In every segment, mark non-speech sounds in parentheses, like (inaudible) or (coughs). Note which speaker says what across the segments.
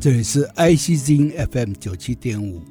Speaker 1: 这里是 IC 之音 FM 九七点五，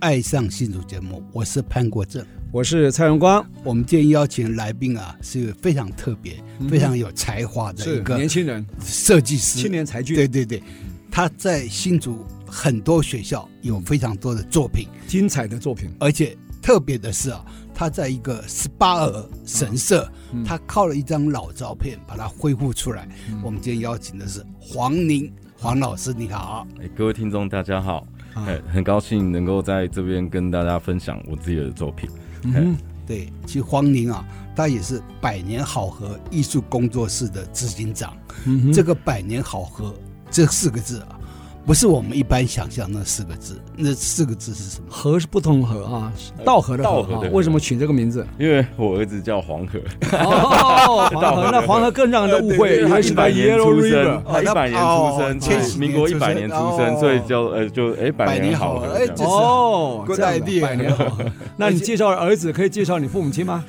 Speaker 1: 爱上新竹节目，我是潘国正。
Speaker 2: 我是蔡荣光，
Speaker 1: 我们今天邀请来宾啊，是非常特别、非常有才华的一个
Speaker 2: 嗯年轻人，
Speaker 1: 设计师，
Speaker 2: 青年才俊，
Speaker 1: 对对对，他在新竹很多学校有非常多的作品，
Speaker 2: 精彩的作品。
Speaker 1: 而且特别的是啊，他在一个斯巴尔神社，
Speaker 2: 嗯
Speaker 1: 他靠了一张老照片把它恢复出来。我们今天邀请的是黄宁黄老师，你好。
Speaker 3: 哎，各位听众大家好，
Speaker 2: 啊
Speaker 3: 哎，很高兴能够在这边跟大家分享我自己的作品。
Speaker 2: 嗯，
Speaker 1: 对，其实黄宁啊，他也是百年好合艺术工作室的执行长。
Speaker 2: 嗯
Speaker 1: 这个“百年好合”这四个字啊，不是我们一般想象那四个字。那四个字是什么？
Speaker 2: 和是不同和啊，道和的
Speaker 3: 道
Speaker 2: 和
Speaker 3: 和
Speaker 2: 啊
Speaker 3: 的，和
Speaker 2: 为什么取这个名字？
Speaker 3: 因为我儿子叫黄河，
Speaker 2: 哦，黄
Speaker 3: 道
Speaker 2: 河，
Speaker 3: 和
Speaker 2: 那黄河更让人误会，以
Speaker 3: 他
Speaker 2: 为
Speaker 3: 一
Speaker 2: 是
Speaker 3: 百
Speaker 2: The
Speaker 3: 年
Speaker 2: Yellow
Speaker 3: 出
Speaker 2: River
Speaker 3: 生，。他一百年出
Speaker 1: 哦
Speaker 3: 生，
Speaker 1: 千
Speaker 3: 对
Speaker 1: 禧年
Speaker 3: 民国一百
Speaker 1: 出生
Speaker 3: 年出生，
Speaker 1: 哦
Speaker 3: 所以叫呃就哎百年好合
Speaker 1: 百年好合哎
Speaker 3: 这
Speaker 1: 这
Speaker 3: 样。
Speaker 1: 是
Speaker 2: 哦，
Speaker 1: Good
Speaker 2: 这样的
Speaker 1: idea
Speaker 2: 百年好合。那你介绍儿子，可以介绍你父母亲吗？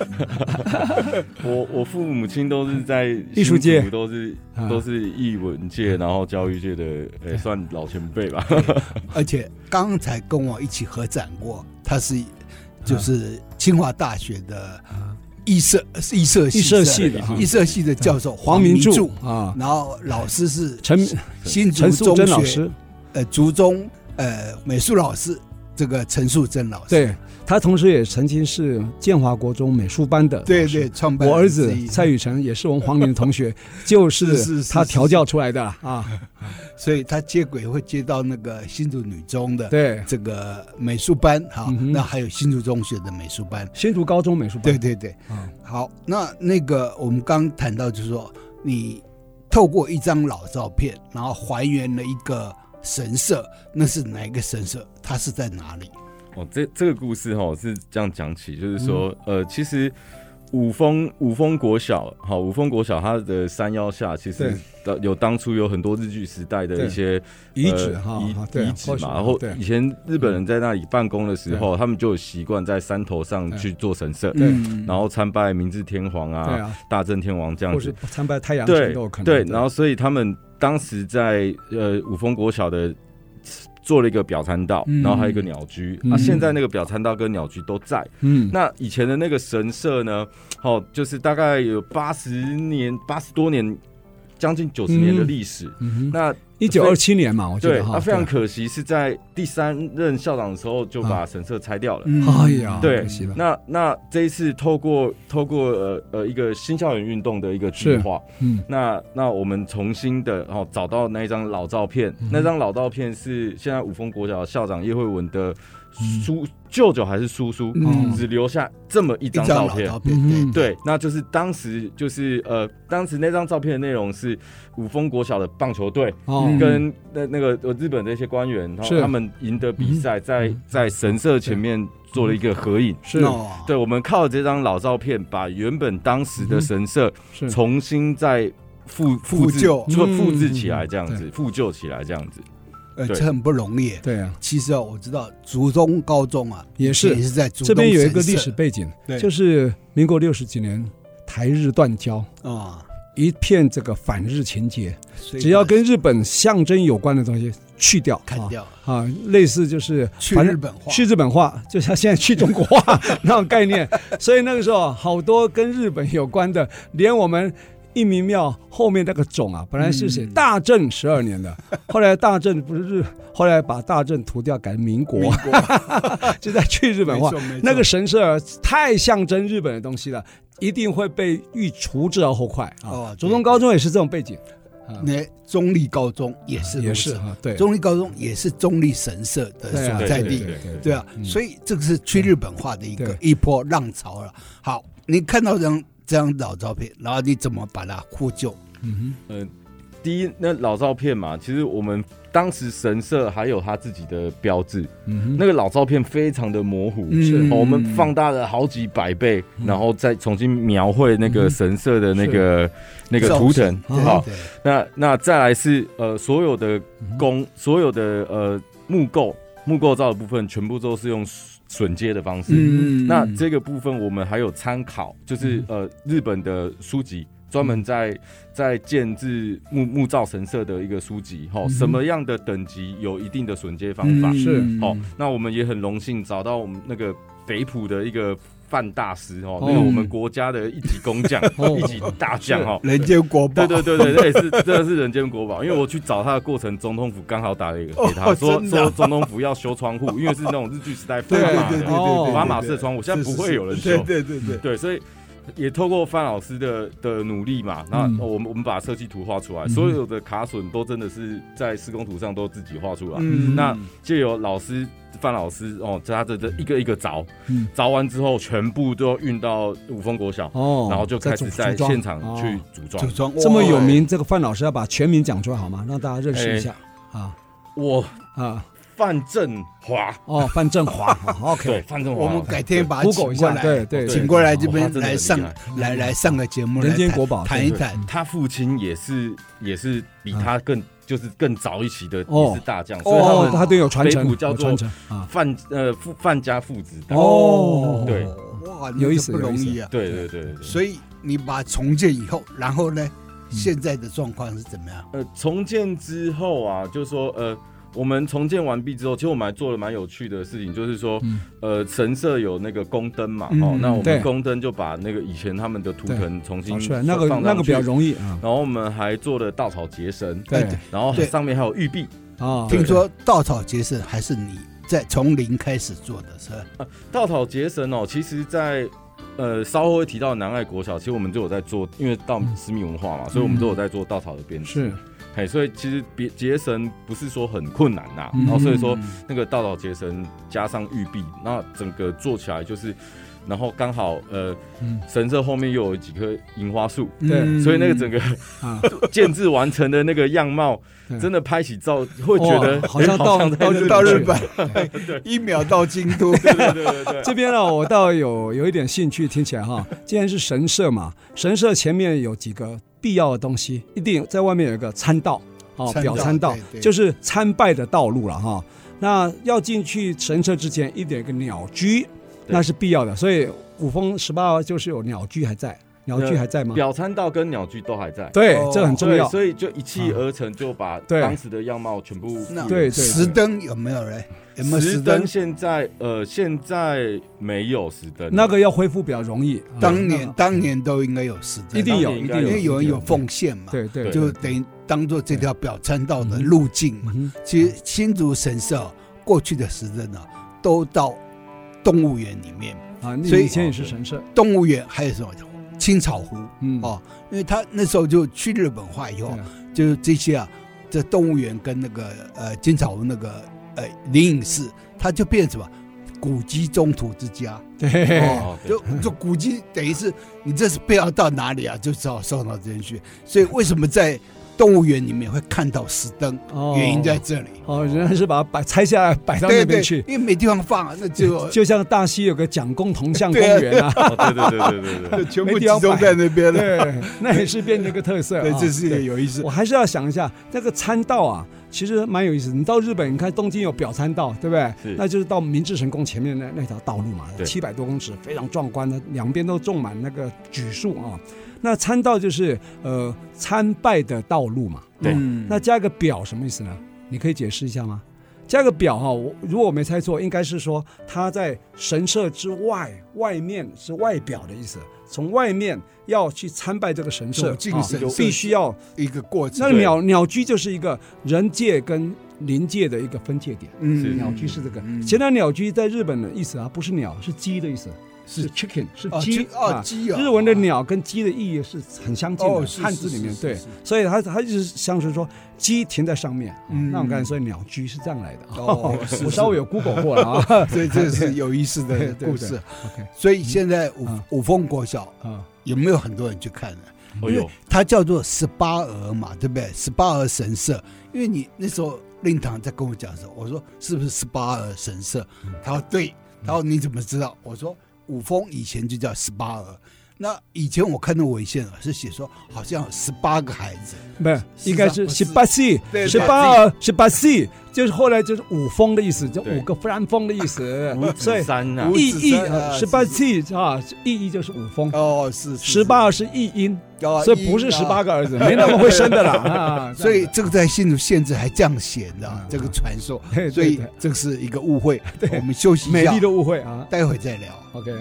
Speaker 3: 我我父母亲都是在
Speaker 2: 艺术界
Speaker 3: 新竹都是
Speaker 2: 啊
Speaker 3: 都是艺文界，然后教育界的，哎，算老前辈吧。
Speaker 1: 而且刚才跟我一起合展过，他是就是清华大学的艺社艺社系
Speaker 2: 啊艺社系的哈啊
Speaker 1: 艺社系的教授
Speaker 2: 黄明
Speaker 1: 柱
Speaker 2: 柱，啊，
Speaker 1: 然后老师是
Speaker 2: 陈
Speaker 1: 新竹
Speaker 2: 陈素
Speaker 1: 中
Speaker 2: 贞
Speaker 1: 学
Speaker 2: 老师，
Speaker 1: 呃竹中呃美术老师这个陈素贞老师，
Speaker 2: 对他同时也曾经是建华国中美术班的
Speaker 1: 对
Speaker 2: 老师
Speaker 1: 对，创办
Speaker 2: 我儿
Speaker 1: 人之
Speaker 2: 子
Speaker 1: 一
Speaker 2: 蔡宇辰也是我们黄明的同学，就是
Speaker 1: 是
Speaker 2: 是
Speaker 1: 是
Speaker 2: 他调教出来的啊。
Speaker 1: 所以他接轨会接到那个新竹女中的
Speaker 2: 对，
Speaker 1: 这个美术班，哈
Speaker 2: 嗯，哼
Speaker 1: 那还有新竹中学的美术班，
Speaker 2: 新竹高中美术班。
Speaker 3: 呃
Speaker 1: 对对对，
Speaker 2: 啊，
Speaker 1: 好，那那个我们刚谈到，就是说你透过一张老照片，然后还原了一个神社，那是哪一个神社？它是在哪里？
Speaker 3: 哦，这这个故事哦是这样讲起，就是说，
Speaker 2: 嗯
Speaker 3: 呃，其实五峰五峰国小，好，五峰国小它的山腰下，其实呃有当初有很多日据时代的一些
Speaker 2: 遗
Speaker 3: 呃
Speaker 2: 址哈，
Speaker 3: 遗
Speaker 2: 啊对
Speaker 3: 遗址
Speaker 2: 或许
Speaker 3: 嘛，然后
Speaker 2: 对嗯
Speaker 3: 以前日本人在那里办公的时候，他们就有习惯在山头上去做神社，
Speaker 2: 对
Speaker 1: 嗯，
Speaker 3: 然后参拜明治天皇
Speaker 2: 对
Speaker 3: 啊、
Speaker 2: 啊，
Speaker 3: 大正天皇这样
Speaker 2: 或
Speaker 3: 子
Speaker 2: 是，参拜太阳
Speaker 3: 对
Speaker 2: 神都有可能。
Speaker 3: 对，然后所以他们当时在呃五峰国小的做了一个表参道，
Speaker 1: 嗯
Speaker 3: 然后还有一个鸟居。
Speaker 2: 嗯
Speaker 3: 啊，现在那个表参道跟鸟居都在。
Speaker 2: 嗯，
Speaker 3: 那以前的那个神社呢，哦，就是大概有八十年、八十多年，将近九十年的历史。
Speaker 2: 嗯哼，
Speaker 3: 那
Speaker 2: 一九二七年嘛，我觉
Speaker 3: 对，
Speaker 2: 得
Speaker 3: 那、
Speaker 2: 哈，
Speaker 3: 非常
Speaker 2: 对啊
Speaker 3: 可惜是在第三任校长的时候就把神社拆掉了。
Speaker 2: 哎呀，
Speaker 3: 对
Speaker 2: 可惜了。
Speaker 3: 那那这一次透过透过呃呃一个新校园运动的一个计
Speaker 2: 是
Speaker 3: 划，
Speaker 2: 嗯，
Speaker 3: 那那我们重新的哦找到那一张老照片，那张老照片是现在五峰国小的校长叶惠文的叔、舅舅还是叔叔，
Speaker 1: 嗯
Speaker 3: 只留下这么一
Speaker 1: 一
Speaker 3: 张
Speaker 1: 张
Speaker 3: 照
Speaker 1: 老
Speaker 3: 片。
Speaker 1: 照片，
Speaker 2: 嗯
Speaker 1: 对
Speaker 3: 对，那就是当时就是呃，当时那张照片的内容是五峰国小的棒球队
Speaker 2: 哦，
Speaker 1: 嗯
Speaker 3: 跟那那个呃日本的一些官员，然后
Speaker 2: 是
Speaker 3: 他们赢得比赛，在
Speaker 2: 嗯
Speaker 3: 在神社前面做了一个合影。
Speaker 2: 是
Speaker 1: 哦
Speaker 3: 对，我们靠这张老照片，把原本当时的神社
Speaker 2: 是
Speaker 3: 重新再复
Speaker 1: 复
Speaker 3: 制
Speaker 1: 旧嗯
Speaker 3: 做
Speaker 2: 嗯
Speaker 3: 复制起来，这样子复旧起来，这样子。
Speaker 1: 呃，
Speaker 3: 对
Speaker 1: 这很不容易。
Speaker 2: 对啊，
Speaker 1: 其实啊，我知道竹中高中啊，
Speaker 2: 也
Speaker 1: 也
Speaker 2: 是
Speaker 1: 是在竹
Speaker 2: 这
Speaker 1: 东
Speaker 2: 边有一
Speaker 1: 神
Speaker 2: 个历
Speaker 1: 社
Speaker 2: 史背景
Speaker 1: 对，
Speaker 2: 就是民国六十几年台日断交，
Speaker 1: 啊，
Speaker 2: 一片这个反日情节，
Speaker 1: 所以
Speaker 2: 只要跟日本象征有关的东西去掉，
Speaker 1: 砍
Speaker 2: 啊
Speaker 1: 掉了
Speaker 2: 啊，类似就是
Speaker 1: 去
Speaker 2: 反
Speaker 1: 日
Speaker 2: 正
Speaker 1: 本化，
Speaker 2: 去日本化，就像现在去中国化那种概
Speaker 1: (laughs)
Speaker 2: 念。所以那个时候，好多跟日本有关的，连我们义民庙后面那个冢啊，本来是写
Speaker 1: 嗯
Speaker 2: 大正十
Speaker 1: (laughs)
Speaker 2: 二年的，后来大正不是日，后来把大正涂掉，改民
Speaker 1: 民
Speaker 2: 国，
Speaker 1: 国
Speaker 2: (laughs) 就在去日
Speaker 1: 日
Speaker 2: 本化。那个神社太象征日本的东西了，一定会被欲除之而后快
Speaker 1: 哦
Speaker 2: 啊！竹中高中也是这种背景，啊
Speaker 1: 那中立高中也是
Speaker 2: 也
Speaker 1: 如
Speaker 2: 是
Speaker 1: 此，
Speaker 2: 啊，对，
Speaker 1: 中立高中也是中立神社的
Speaker 2: 对啊
Speaker 1: 所
Speaker 3: 对
Speaker 1: 在
Speaker 3: 对
Speaker 1: 地
Speaker 3: 对。
Speaker 1: 对啊，所以这个是去日本化的一个
Speaker 2: 对
Speaker 1: 一波浪潮了。好，你看到这张这张老照片，然后你怎么把它获救？
Speaker 2: 嗯
Speaker 3: 第一，那老照片嘛，其实我们当时神社还有他自己的标志，
Speaker 2: 哼，嗯哼，
Speaker 3: 那个老照片非常的模糊，
Speaker 1: 是
Speaker 3: 哦我们放大了好几百倍，
Speaker 2: 嗯
Speaker 3: 然后再重新描绘那个神社的那个那个图腾。
Speaker 1: 对
Speaker 3: 好，
Speaker 1: 对
Speaker 3: 那那再来是呃，所有的
Speaker 2: 嗯
Speaker 3: 工，所有的呃木构木构造的部分，全部都是用榫接的方式。
Speaker 2: 嗯
Speaker 3: 那这个部分我们还有参考，就是
Speaker 1: 嗯
Speaker 3: 呃日本的书籍，专门在在建制木木造神社的一个书籍，
Speaker 1: 嗯
Speaker 3: 哈，什么样的等级有一定的榫接方法，
Speaker 2: 是
Speaker 1: 嗯
Speaker 3: 哦，那我们也很荣幸找到我们那个北浦的一个范大师哦
Speaker 2: 哦，
Speaker 3: 那个我们国家的一级工
Speaker 1: (laughs)
Speaker 3: 匠、
Speaker 2: 哦
Speaker 3: 一级大将哦。
Speaker 1: 人间国宝
Speaker 3: 对，对对对，这也是这是人间国宝，因为我去找他的过程，总统府刚好打了一个给他，
Speaker 1: 哦
Speaker 3: 说
Speaker 1: 真的啊
Speaker 3: 说总统府要修窗户，因为是那种日据时代砝
Speaker 1: 对对
Speaker 3: 码
Speaker 1: 对对
Speaker 3: 的
Speaker 2: 哦
Speaker 1: 对，
Speaker 3: 砝码式的窗户，现在不会有人修，
Speaker 1: 对对对对，
Speaker 3: 对，所以也透过范老师的的努力嘛，那
Speaker 2: 嗯
Speaker 3: 我们我们把设计图画出来，
Speaker 2: 嗯
Speaker 3: 所有的卡榫都真的是在施工图上都自己画出来，
Speaker 1: 嗯
Speaker 3: 那借由老师范老师哦，在他这这一个一个凿
Speaker 2: 嗯，
Speaker 3: 凿完之后全部都要运到五峰国小，
Speaker 2: 哦，
Speaker 3: 然后就开始在
Speaker 2: 组装
Speaker 3: 现场去
Speaker 2: 哦
Speaker 3: 组装
Speaker 1: 组。装
Speaker 2: 这么有，
Speaker 1: 哇
Speaker 2: 名，这个范老师要把全名讲出来好吗？让大家认识一下
Speaker 3: 哎
Speaker 2: 啊
Speaker 3: 我
Speaker 2: 啊
Speaker 3: 范振华，
Speaker 2: 哦，范振
Speaker 3: (laughs)
Speaker 2: 华好
Speaker 3: 对，
Speaker 2: ，OK，啊
Speaker 3: 范振华，
Speaker 1: 我们改天把它请
Speaker 2: Google 一
Speaker 1: 过
Speaker 2: 下，
Speaker 1: 来，
Speaker 2: 对对
Speaker 1: 请
Speaker 2: 对，
Speaker 1: 过来这边
Speaker 3: 哇真的很
Speaker 1: 来上
Speaker 3: 厉害
Speaker 1: 来来上个节目，
Speaker 2: 人
Speaker 1: 来
Speaker 2: 间
Speaker 1: 谈
Speaker 2: 国宝
Speaker 1: 谈一谈，
Speaker 3: 他父亲也是也是比他更就是更早一期的
Speaker 2: 嗯哦
Speaker 3: 也是大将，所以
Speaker 2: 哦，
Speaker 3: 他
Speaker 2: 他
Speaker 3: 们
Speaker 2: 对有传承，
Speaker 3: 北浦叫
Speaker 2: 有
Speaker 3: 做
Speaker 2: 传承啊，
Speaker 3: 范呃父范家父子大。
Speaker 2: 哦，
Speaker 3: 对
Speaker 1: 哇，
Speaker 2: 有意思
Speaker 1: 那这不
Speaker 2: 有
Speaker 1: 容
Speaker 2: 意思
Speaker 1: 易啊。
Speaker 3: 对对对对对。
Speaker 1: 所以你把它重建以后，然后呢，
Speaker 2: 嗯
Speaker 1: 现在的状况是怎么样？
Speaker 3: 呃，重建之后啊，就是说，呃，我们重建完毕之后，其实我们还做了蛮有趣的事情，就是说，
Speaker 2: 嗯
Speaker 3: 呃，神社有那个宫灯嘛，
Speaker 1: 嗯
Speaker 3: 哦，那我
Speaker 2: 对
Speaker 3: 们宫灯就把那个以前他们的图腾重新
Speaker 2: 找出来那个
Speaker 3: 放上
Speaker 2: 那个比较
Speaker 3: 去哎
Speaker 2: 容易啊，
Speaker 3: 然后我们还做了稻草结绳，
Speaker 2: 对
Speaker 1: 对
Speaker 3: 然后
Speaker 1: 对
Speaker 3: 上面还有玉璧。
Speaker 2: 啊，
Speaker 1: 听说稻草结绳还是你在从零开始做的，是吧？
Speaker 3: 稻草结绳哦，其实在。呃，稍后会提到南爱国小，其实我们就有在做，因为稻私密文化嘛，所以我们都有在做稻草的编织。
Speaker 2: 嗯是，
Speaker 3: 嘿，所以其实别结绳不是说很困难呐、
Speaker 2: 嗯
Speaker 3: 然哦后所以说那个稻草结绳加上玉璧，那整个做起来就是，然后刚好呃
Speaker 2: 嗯
Speaker 3: 神社后面又有几棵樱花树，
Speaker 2: 对
Speaker 1: 嗯
Speaker 3: 所以那
Speaker 2: (laughs)
Speaker 3: 个整个
Speaker 2: 啊，
Speaker 3: 建制完成的那个样貌
Speaker 2: (laughs) 对，
Speaker 3: 真的拍起照会觉得
Speaker 2: 哇好像
Speaker 3: 诶 (laughs)
Speaker 2: 到
Speaker 3: 在
Speaker 2: 到
Speaker 3: 日
Speaker 2: 哎对
Speaker 3: 本
Speaker 1: 到日
Speaker 2: 对
Speaker 1: 本， (laughs) 一秒到京都，
Speaker 3: 对对对
Speaker 1: (laughs)
Speaker 3: 对
Speaker 2: (laughs)
Speaker 3: 对
Speaker 2: 这边呢，我倒有有一点兴趣，听起来哈，既然是神社嘛，神社前面有几个必要的东西，一定在外面有一个参道哦，
Speaker 1: 参道
Speaker 2: 表参道
Speaker 1: 对对
Speaker 2: 就是参拜的道路了哈。那要进去神社之前，一定有一个鸟居，那是必要的。所以五峰十八就是有鸟居还在，鸟居还在吗？
Speaker 3: 表参道跟鸟居都还在，
Speaker 2: 对
Speaker 1: 哦，
Speaker 2: 这个很重
Speaker 3: 对
Speaker 2: 要。啊
Speaker 3: 所以就一气而成，就把
Speaker 2: 对
Speaker 3: 当时的样貌全部
Speaker 1: 那
Speaker 3: 复原
Speaker 2: 对对
Speaker 1: 石灯有没有嘞？有没有
Speaker 3: 石
Speaker 1: 石灯
Speaker 3: 灯？现在呃现在没有石灯，
Speaker 2: 那个要恢复比较容易。啊
Speaker 1: 当年
Speaker 2: 那
Speaker 1: 当年都应该有石灯，啊
Speaker 2: 一定有，
Speaker 3: 当
Speaker 2: 一
Speaker 3: 年应该
Speaker 2: 定
Speaker 1: 因
Speaker 2: 有，
Speaker 1: 为有人有
Speaker 2: 风。
Speaker 1: 奉献嘛，
Speaker 2: 对对，
Speaker 3: 对
Speaker 1: 就等于当做这条表参道的路径嘛。
Speaker 2: 嗯
Speaker 1: 其实新竹神社哦过去的石灯呢，都到动物园里面，
Speaker 2: 啊，你
Speaker 1: 所以哦
Speaker 2: 以前也是神社，
Speaker 1: 动物园还有什么青草湖
Speaker 2: 嗯，
Speaker 1: 哦，因为他那时候就去日本化以
Speaker 2: 对
Speaker 1: 后，
Speaker 2: 啊，
Speaker 1: 就是这些啊，这动物园跟那个呃金草屋那个呃灵隐寺，它就变成什么古迹中途之家，
Speaker 2: 对，
Speaker 1: 哦
Speaker 3: 哦，
Speaker 1: 就就古迹等于是你这是不要到哪里啊，就只好送到这边去。所以为什么在动物园里面会看到石灯，
Speaker 2: 哦
Speaker 1: 原因在这里。
Speaker 2: 哦，人家是把它摆拆下来摆到那
Speaker 1: 对
Speaker 2: 边
Speaker 1: 对
Speaker 2: 去，，
Speaker 1: 因为没地方放啊，那就
Speaker 2: (laughs)
Speaker 1: (laughs)
Speaker 2: 就像大溪有个蒋公铜像公
Speaker 1: 对啊
Speaker 2: 园啊，
Speaker 3: 哦对对对对对对
Speaker 1: 就全
Speaker 2: 没
Speaker 1: 部集
Speaker 2: 地方
Speaker 1: 中
Speaker 2: 摆
Speaker 1: 在那边
Speaker 2: (laughs)
Speaker 1: 了。
Speaker 2: 对，那也是变成一个特
Speaker 1: (laughs)
Speaker 2: 色
Speaker 1: 对，
Speaker 2: 啊。
Speaker 1: 这是也
Speaker 2: 对
Speaker 1: 有意思
Speaker 2: 我。还是要想一下那个参道啊，其实蛮有意思。你到日本，你看东京有表参道，对不对？
Speaker 3: 是
Speaker 2: 那就是到明治神宫前面那那条道路嘛，
Speaker 3: 对
Speaker 2: 七百多公尺，非常壮观的，两边都种满那个榉树啊。那参道就是呃参拜的道路嘛，
Speaker 3: 对
Speaker 1: 嗯
Speaker 2: 那加个表什么意思呢？你可以解释一下吗？加个表哈、我如果我没猜错，应该是说它在神社之外，外面是外表的意思，从外面要去参拜这个神社，
Speaker 1: 走进
Speaker 2: 啊
Speaker 1: 神社
Speaker 2: 必须要。
Speaker 1: 一个过
Speaker 2: 那
Speaker 1: 程，
Speaker 3: 对
Speaker 2: 鸟鸟居就是一个人界跟灵界的一个分界点。
Speaker 3: 是
Speaker 2: 鸟居是这个，
Speaker 1: 嗯
Speaker 2: 前两鸟居在日本的意思啊，不是鸟，是鸡的意思，是 chicken，是
Speaker 1: 哦
Speaker 2: 鸡啊
Speaker 1: 哦鸡哦
Speaker 2: 日文的鸟跟鸡的意义是很相近
Speaker 1: 哦
Speaker 2: 的，
Speaker 1: 是
Speaker 2: 汉字里面
Speaker 1: 是是
Speaker 2: 对
Speaker 1: 是是，
Speaker 2: 所以它它就是相传说鸡停在上面，啊
Speaker 1: 嗯
Speaker 2: 那我刚才说鸟居是这样来的，
Speaker 1: 哦是
Speaker 2: (laughs) 我稍微有 Google 过了啊
Speaker 1: (laughs)
Speaker 2: (laughs)
Speaker 1: 所以这是有意思的
Speaker 2: 对对
Speaker 1: 故事。
Speaker 2: ，OK
Speaker 1: 所以现在五
Speaker 2: 嗯
Speaker 1: 五峰国小
Speaker 2: 啊，
Speaker 1: 有没有很多人去看呢？
Speaker 3: 哦
Speaker 2: 哎
Speaker 1: 因为
Speaker 3: 有，
Speaker 1: 它叫做十八鹅嘛，对不对？十八鹅神社，因为你那时候令堂在跟我讲的时候，我说是不是十八鹅神社？
Speaker 2: 嗯
Speaker 1: 他说对，他说你怎么知道？我说五峰以前就叫十八鹅。那以前我看到文献啊，是写说好像有十八个孩
Speaker 2: (laughs)
Speaker 1: 子，
Speaker 2: 不是，应该是
Speaker 1: 不
Speaker 2: 十
Speaker 1: 是
Speaker 2: 八系，
Speaker 1: 对
Speaker 2: 十八二，十八系，就是后来就是五峰的意思，就
Speaker 3: 对
Speaker 2: 五个山峰的意思
Speaker 3: 五。
Speaker 2: (laughs) 所
Speaker 3: 指
Speaker 2: 以
Speaker 3: 山呐、
Speaker 1: 五
Speaker 2: 意
Speaker 1: 指
Speaker 2: 义
Speaker 1: 山啊
Speaker 2: 十八
Speaker 1: 是
Speaker 2: 系啊，意义就是五峰，
Speaker 1: 哦，是
Speaker 2: 十，八二是一音，
Speaker 1: 是哦
Speaker 2: 所以不是
Speaker 1: 一
Speaker 2: 十八个儿子，没那么会生的 (laughs) 啦。啊，
Speaker 1: 所以这个在新竹县志还这样写的啊
Speaker 2: 嗯，
Speaker 1: 这个传说，
Speaker 2: 这样子
Speaker 1: 所以
Speaker 2: (laughs) 对对
Speaker 1: 这是一个误会。我们休息
Speaker 2: (laughs) 对
Speaker 1: 一
Speaker 2: 美
Speaker 1: 下
Speaker 2: 丽，的误会啊。
Speaker 1: 待会再聊。
Speaker 2: OK，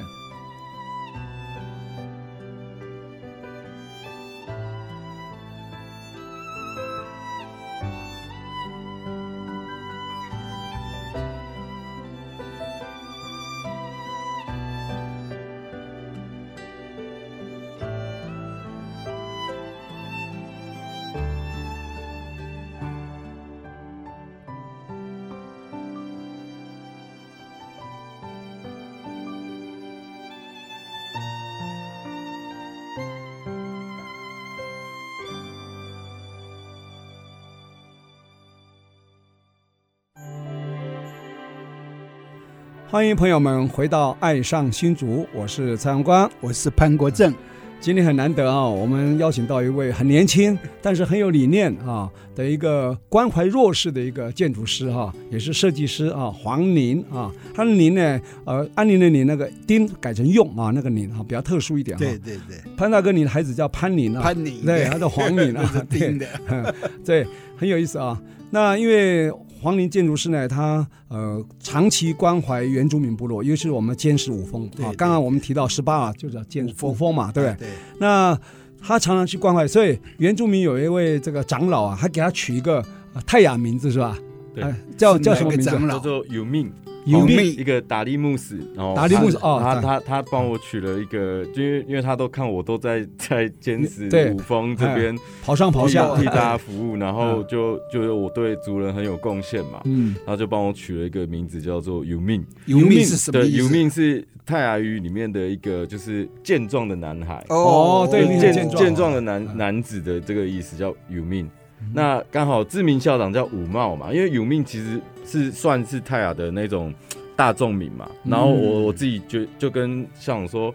Speaker 2: 欢迎朋友们回到《爱上新竹》，我是蔡阳光。
Speaker 1: 我是潘国
Speaker 2: 嗯
Speaker 1: 正，哦
Speaker 2: 今天很难得啊，我们邀请到一位很年轻，但是很有理念啊的一个关怀弱势的一个建筑师哈、也是设计师啊，黄宁啊。他的宁呢，呃，安宁的宁那个丁改成用啊，那个宁啊比较特殊一点、啊。
Speaker 1: 对，对对，
Speaker 2: 潘大哥，你的孩子叫潘宁啊，
Speaker 1: 潘宁
Speaker 2: 对，他叫黄
Speaker 1: (laughs)
Speaker 2: 宁
Speaker 1: 那是
Speaker 2: 啊， (laughs) 对
Speaker 1: 定，的，
Speaker 2: 对，很有意思啊。那因为黄陵建筑师呢，他呃长期关怀原住民部落，尤其是我们坚实五峰
Speaker 1: 对
Speaker 2: 啊
Speaker 1: 对。
Speaker 2: 刚刚我们提到十八啊，就是要坚
Speaker 1: 五峰
Speaker 2: 五峰嘛，对不对？
Speaker 1: 对，
Speaker 2: 那他常常去关怀，所以原住民有一位这个长老啊，他给他取一个、呃泰雅名字是吧？
Speaker 3: 对
Speaker 2: 呃叫
Speaker 1: 是
Speaker 2: 叫什么
Speaker 1: 哪个
Speaker 2: 名字？
Speaker 1: 长
Speaker 3: 叫
Speaker 1: 老？
Speaker 3: 做有命，哦
Speaker 2: 有
Speaker 1: 命
Speaker 3: 一个达利木斯，然后
Speaker 2: 达利木斯
Speaker 3: 他
Speaker 2: 哦
Speaker 3: 他
Speaker 2: 对
Speaker 3: 他他帮我取了一个，就因为因为他都看我都在在坚持
Speaker 2: 对
Speaker 3: 五峰这边
Speaker 2: 跑上跑下
Speaker 3: 替，替大家服务，然后
Speaker 2: 嗯
Speaker 3: 就就是我对族人很有贡献嘛，
Speaker 2: 嗯，
Speaker 3: 然后就帮我取了一个名字叫做有命，
Speaker 1: 游
Speaker 2: 游
Speaker 1: 命
Speaker 2: 命
Speaker 1: 是什么
Speaker 3: 对，
Speaker 1: 意思？
Speaker 3: 有命是泰雅语里面的一个就是健壮的男孩，
Speaker 2: 哦对
Speaker 3: 就
Speaker 2: 你很
Speaker 3: 健
Speaker 2: 健壮
Speaker 3: 健壮的男
Speaker 2: 嗯
Speaker 3: 男子的这个意思叫有命。那刚好志明校长叫武茂嘛，因为有命其实是算是泰雅的那种大众名嘛。然后我我自己就就跟校长说。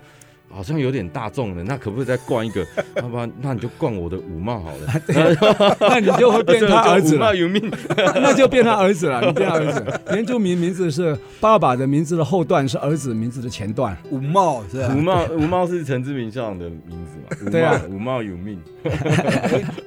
Speaker 3: 好像有点大众了，那可不可以再冠一个？要不然那你就冠我的武茂好了，
Speaker 2: 那你就会变他儿
Speaker 1: (laughs)
Speaker 2: 子
Speaker 3: 武
Speaker 2: 了
Speaker 3: 茂。有命。
Speaker 2: 那就变他儿子了，你变他儿子。原住民名字是爸爸的名字的后段，是儿子名字的前段。
Speaker 1: 五茂是
Speaker 3: 武
Speaker 1: 吧？
Speaker 3: 茂武茂是陈志明校长的名字嘛？武
Speaker 2: 对啊
Speaker 3: 茂武茂有命。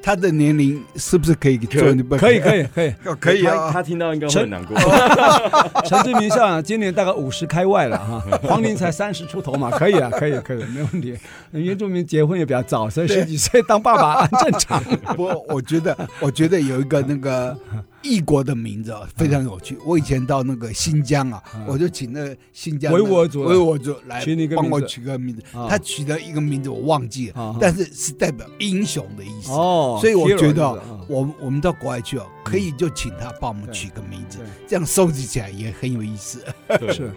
Speaker 1: 他的年龄是不是可以做？
Speaker 3: 可
Speaker 1: 你不
Speaker 2: 可以，可以， (laughs) 可以。
Speaker 1: 哦可以
Speaker 3: 他
Speaker 1: 啊。
Speaker 3: 他听到应该会
Speaker 2: 陈
Speaker 3: 很难过。
Speaker 2: (laughs) 陈志明校长今年大概五十开外了
Speaker 1: (laughs)
Speaker 2: 哈，黄龄才三十出头嘛，可以啊， (laughs) 可以，可以，没问题。原住民结婚也比较早，所以十几岁当
Speaker 1: (laughs)
Speaker 2: 爸爸很正常。
Speaker 1: 不过我觉得，我觉得有一个那个异国的名字啊，非常有
Speaker 2: 嗯
Speaker 1: 趣。我以前到那个新疆啊，我就请那个新疆
Speaker 2: 维吾尔族的啊
Speaker 1: 维吾尔族来
Speaker 2: 取你一个
Speaker 1: 帮我
Speaker 2: 名字
Speaker 1: 取个名字
Speaker 2: 啊。
Speaker 1: 他取的一个名字我忘记
Speaker 2: 啊
Speaker 1: 了，但是是代表英雄的意思。
Speaker 2: 哦
Speaker 1: 所以我觉得啊
Speaker 2: hero 就是啊，嗯
Speaker 1: 我们我们到国外去哦，可以就请他帮我们取个名字
Speaker 2: 对，
Speaker 1: 这样收集起来也很有意思。
Speaker 3: 对
Speaker 2: 嗯是，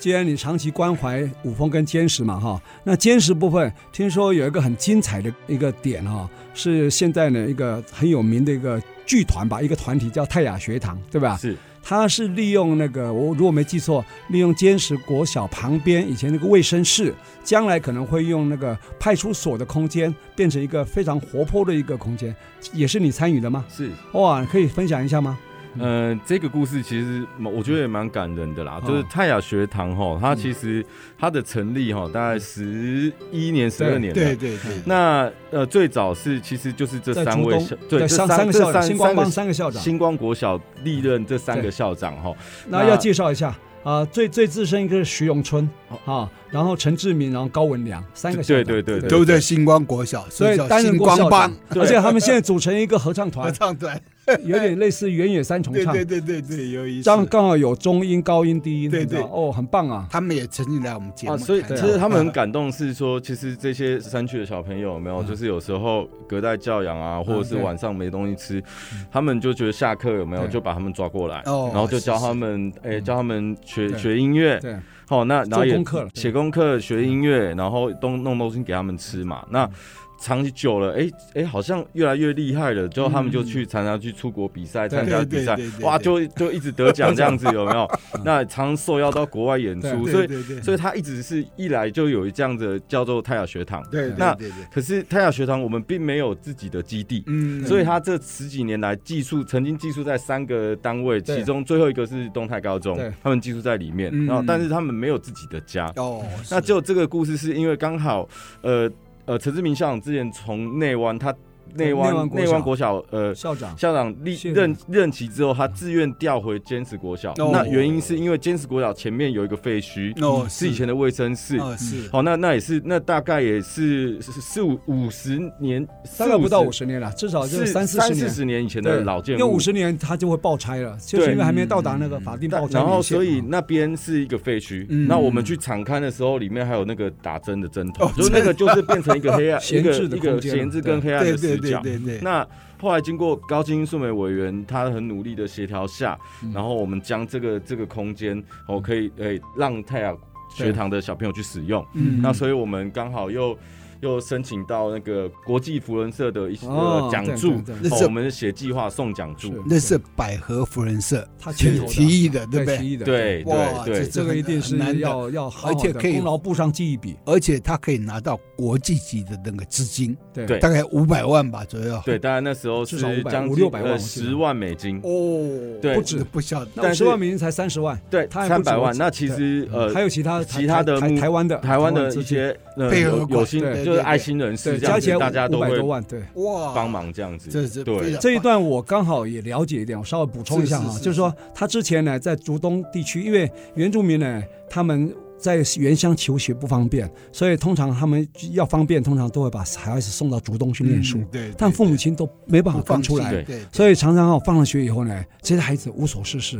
Speaker 2: 既然你长期关怀五峰跟坚实嘛哈，那坚实部分听说有一个很精彩的一个点哈，是现在呢一个很有名的一个剧团吧，一个团体叫泰雅学堂，对吧？
Speaker 3: 是
Speaker 2: 它是利用那个我如果没记错，利用坚实国小旁边以前那个卫生室，将来可能会用那个派出所的空间变成一个非常活泼的一个空间，也是你参与的吗？
Speaker 3: 是，
Speaker 2: 哇，可以分享一下吗？
Speaker 3: 呃，这个故事其实蛮我觉得也蛮感人的啦。
Speaker 2: 嗯哦
Speaker 3: 就是泰雅学堂哈，它其实它的成立哈，大概十一年、十二年了。
Speaker 1: 对对对，
Speaker 3: 那呃，最早是其实就是这
Speaker 2: 在
Speaker 3: 三
Speaker 2: 竹
Speaker 3: 位
Speaker 2: 东
Speaker 3: 校，对，这
Speaker 2: 三三个
Speaker 3: 这
Speaker 2: 校长，
Speaker 3: 三
Speaker 2: 星光帮
Speaker 3: 三
Speaker 2: 三个校
Speaker 3: 个
Speaker 2: 长，
Speaker 3: 星光国小历任这三
Speaker 2: 对
Speaker 3: 个校长哈。
Speaker 2: 那
Speaker 3: 那
Speaker 2: 要介绍一下啊，最最资深一个是徐永春
Speaker 3: 哦
Speaker 2: 啊，然后陈志明，然后高文良，三个校
Speaker 3: 对
Speaker 2: 长
Speaker 3: 对对对
Speaker 1: 都在星光国小，
Speaker 2: 所以
Speaker 1: 叫
Speaker 2: 担任
Speaker 1: 星
Speaker 2: 过校
Speaker 1: 光帮
Speaker 2: 长，而且他们现在组成一个合唱
Speaker 1: 合 (laughs)
Speaker 2: 团，
Speaker 3: (laughs)
Speaker 1: 唱团。
Speaker 2: 有点类似原野三重
Speaker 1: 对
Speaker 2: 唱，
Speaker 1: 对对对对，有意
Speaker 2: 这样
Speaker 1: 思。
Speaker 2: 刚好有中音、高音、低音，
Speaker 1: 对
Speaker 2: 你知道
Speaker 1: 对
Speaker 2: 哦，很棒啊，
Speaker 1: 他们也曾经来我们节目
Speaker 3: 啊，
Speaker 1: 看，
Speaker 3: 所以
Speaker 2: 对
Speaker 3: 其
Speaker 2: 啊
Speaker 3: 实他们很感动，是说其实这些山区的小朋友有没有，就是有时候隔代教养啊，或者是
Speaker 2: 对
Speaker 3: 晚上没东西吃，他们就觉得下课有没有
Speaker 2: 对
Speaker 3: 就把他们抓过来，
Speaker 1: 哦
Speaker 3: 然后就是教
Speaker 1: 是
Speaker 3: 他们，哎，教他们学
Speaker 2: 对
Speaker 3: 学音乐，
Speaker 2: 对，
Speaker 3: 好，那然后也
Speaker 2: 做功课了
Speaker 3: 写功课、学音乐，然后东弄东西给他们吃嘛。那长期久了，哎、哎、好像越来越厉害了。之后他们就去常常去出国比赛，
Speaker 2: 对
Speaker 3: 参加
Speaker 1: 对
Speaker 3: 比赛
Speaker 1: 对对，对
Speaker 3: 哇，就
Speaker 1: 对
Speaker 3: 就一直得奖这样子，有没有？那常受邀到国外演出，
Speaker 2: 对
Speaker 3: 所以
Speaker 1: 对对
Speaker 3: 所以他一直是一来就有这样子叫做泰雅学堂。
Speaker 1: 对对
Speaker 3: 那
Speaker 1: 对对，
Speaker 3: 可是泰雅学堂我们并没有自己的基地，
Speaker 1: 嗯
Speaker 3: 所以他这十几年来寄宿，曾经寄宿在三个单位，
Speaker 2: 对
Speaker 3: 其中最后一个是东泰高中
Speaker 2: 对，
Speaker 3: 他们寄宿在里面，
Speaker 1: 嗯
Speaker 3: 然后但是他们没有自己的家。
Speaker 1: 哦，是
Speaker 3: 那就这个故事是因为刚好，呃呃，陈志明校长之前从内湾，他内
Speaker 2: 内
Speaker 3: 湾
Speaker 2: 湾国小
Speaker 3: 内湾国小，呃。
Speaker 2: 校长
Speaker 3: 校长历
Speaker 2: 谢谢
Speaker 3: 任任期之后，他自愿调回坚持国小。
Speaker 1: 哦
Speaker 3: 那原因是因为坚持国小前面有一个废墟，嗯
Speaker 1: 哦
Speaker 3: 是以嗯前的卫生室。
Speaker 1: 哦是
Speaker 3: 好，那那也是，那大概也是四四五五十年，
Speaker 2: 大概不到
Speaker 3: 四
Speaker 2: 五十年了，至少就是三四十
Speaker 3: 四
Speaker 2: 年。
Speaker 3: 十年以前的
Speaker 2: 对，
Speaker 3: 老建
Speaker 2: 用
Speaker 3: 物
Speaker 2: 五。十年它就会爆拆了，就是因为还没到达那个法定
Speaker 3: 嗯但
Speaker 2: 爆拆年限嘛。
Speaker 3: 然后，所以那边是一个废墟。
Speaker 1: 嗯
Speaker 3: 那我们去场勘的时候，里面还有那个打针的针头，就是那个就是变成一个
Speaker 2: (laughs)
Speaker 3: 黑
Speaker 2: 哦
Speaker 3: 暗、一
Speaker 2: 闲
Speaker 3: 个
Speaker 2: 置的
Speaker 3: 一个
Speaker 2: 空间
Speaker 3: 闲置跟黑暗
Speaker 1: 对
Speaker 3: 的
Speaker 1: 对
Speaker 3: 死
Speaker 1: 对
Speaker 3: 角。
Speaker 1: 对对，
Speaker 3: 那后来经过高金素美委员他很努力的协调下，
Speaker 2: 嗯
Speaker 3: 然后我们将这个这个空间哦可以诶让泰雅学堂的小朋友去使用。
Speaker 1: 嗯
Speaker 3: 那所以我们刚好又又申请到那个国际福伦社的一些
Speaker 2: 哦
Speaker 3: 呃奖
Speaker 2: 对
Speaker 3: 助，
Speaker 2: 对
Speaker 3: 哦
Speaker 1: 对对
Speaker 3: 我们写计划送奖助
Speaker 2: 是。
Speaker 1: 那是百合夫人社
Speaker 2: 他牵
Speaker 1: 提
Speaker 2: 头的
Speaker 1: 提议的，对
Speaker 2: 对
Speaker 1: 不对？
Speaker 2: 提议的，
Speaker 3: 对对
Speaker 1: 哇
Speaker 3: 对，
Speaker 2: 这个一定是
Speaker 1: 很难的
Speaker 2: 要要好好
Speaker 1: 而且
Speaker 2: 地
Speaker 1: 可以
Speaker 2: 功劳簿上记一笔。
Speaker 1: 而且他可以拿到国际级的那个资金，
Speaker 2: 对
Speaker 3: 对
Speaker 1: 大概五百万吧左右。
Speaker 3: 对，当然那时候是
Speaker 2: 至少500
Speaker 3: 将
Speaker 2: 500-600
Speaker 3: 近
Speaker 2: 万
Speaker 3: 呃
Speaker 2: 我记得
Speaker 3: 十万美金，
Speaker 2: 哦
Speaker 3: 对
Speaker 2: 不
Speaker 1: 这
Speaker 2: 止，
Speaker 1: 不晓得。
Speaker 2: 那
Speaker 3: 但
Speaker 2: 五
Speaker 3: 是
Speaker 2: 十万名才三十万，
Speaker 3: 对，
Speaker 2: 他还
Speaker 3: 三
Speaker 2: 不止
Speaker 3: 百
Speaker 2: 我
Speaker 3: 万。
Speaker 2: 记
Speaker 3: 那其实呃，
Speaker 2: 还有其他
Speaker 3: 其他的
Speaker 2: 台
Speaker 3: 目
Speaker 2: 台台湾的
Speaker 3: 台湾的
Speaker 2: 资
Speaker 3: 一
Speaker 2: 金
Speaker 3: 些呃
Speaker 1: 配合
Speaker 3: 有
Speaker 1: 款
Speaker 3: 有心
Speaker 2: 对对
Speaker 3: 就是
Speaker 1: 对
Speaker 3: 爱心人
Speaker 2: 对
Speaker 3: 士这样
Speaker 2: 加起
Speaker 3: 子，
Speaker 2: 来
Speaker 3: 大家都
Speaker 2: 五百
Speaker 3: 会
Speaker 2: 多万，对。
Speaker 1: 哇，
Speaker 3: 帮忙这样子。
Speaker 1: 这是
Speaker 3: 对
Speaker 1: 非常
Speaker 2: 哦 (laughs) 这一段我刚好也了解一点，我稍微补充一下
Speaker 1: 是
Speaker 2: 哈，
Speaker 1: 是是
Speaker 2: 就是说他之前呢在竹东地区，因为原住民呢他们在原乡求学不方便，所以通常他们要方便，通常都会把孩子送到竹东去念书，
Speaker 1: 嗯对，
Speaker 2: 但父母亲都没办法
Speaker 1: 不
Speaker 2: 分
Speaker 1: 放
Speaker 2: 出来，
Speaker 3: 对
Speaker 1: 对，
Speaker 2: 所以常常哈放了学以后呢，这些孩子无所事事，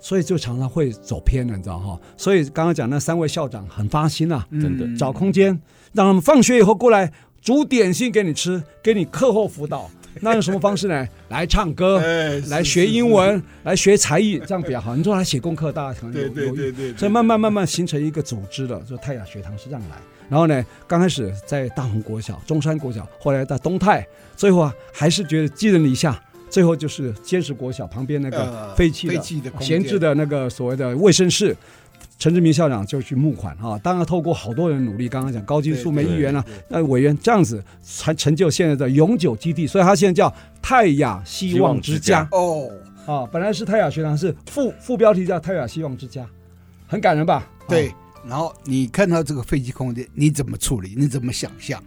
Speaker 2: 所以就常常会走偏了，你知道哈。所以刚刚讲那三位校长很发心啊，
Speaker 3: 真的
Speaker 2: 找空间，让他们放学以后过来煮点心给你吃，给你课后辅导。那用什么方式呢？ (laughs) 来唱歌，
Speaker 1: (laughs) 哎
Speaker 2: 来学英，文，来学才艺，这样比较好。你说来写功课，大家可能
Speaker 1: 是是是
Speaker 2: 有
Speaker 1: 对
Speaker 2: 有
Speaker 1: 对对
Speaker 2: 意
Speaker 1: 对，对
Speaker 2: 所以慢慢慢慢形成一个组织了，就泰雅学堂是这样来。然后呢，刚开始在大同国小、中山国小，后来到东泰，最后啊还是觉得寄人篱下，最后就是坚实国小旁边那个
Speaker 1: 呃
Speaker 2: 废弃的、
Speaker 1: 废弃的空间
Speaker 2: 闲置的那个所谓的卫生室。陈志明校长就去募款啊，当然透过好多人努力，刚刚讲高金素梅议
Speaker 3: 对
Speaker 2: 员啊
Speaker 1: 对对，
Speaker 2: 那委员这样子才成就现在的永久基地，所以他现在叫泰雅希望之
Speaker 3: 希望之
Speaker 2: 家
Speaker 3: 家。
Speaker 1: 哦，
Speaker 2: 啊，本来是泰雅学堂，是副副标题叫泰雅希望之家，很感人吧？啊
Speaker 1: 对。然后你看到这个废弃空间，你怎么处理？你怎么想象？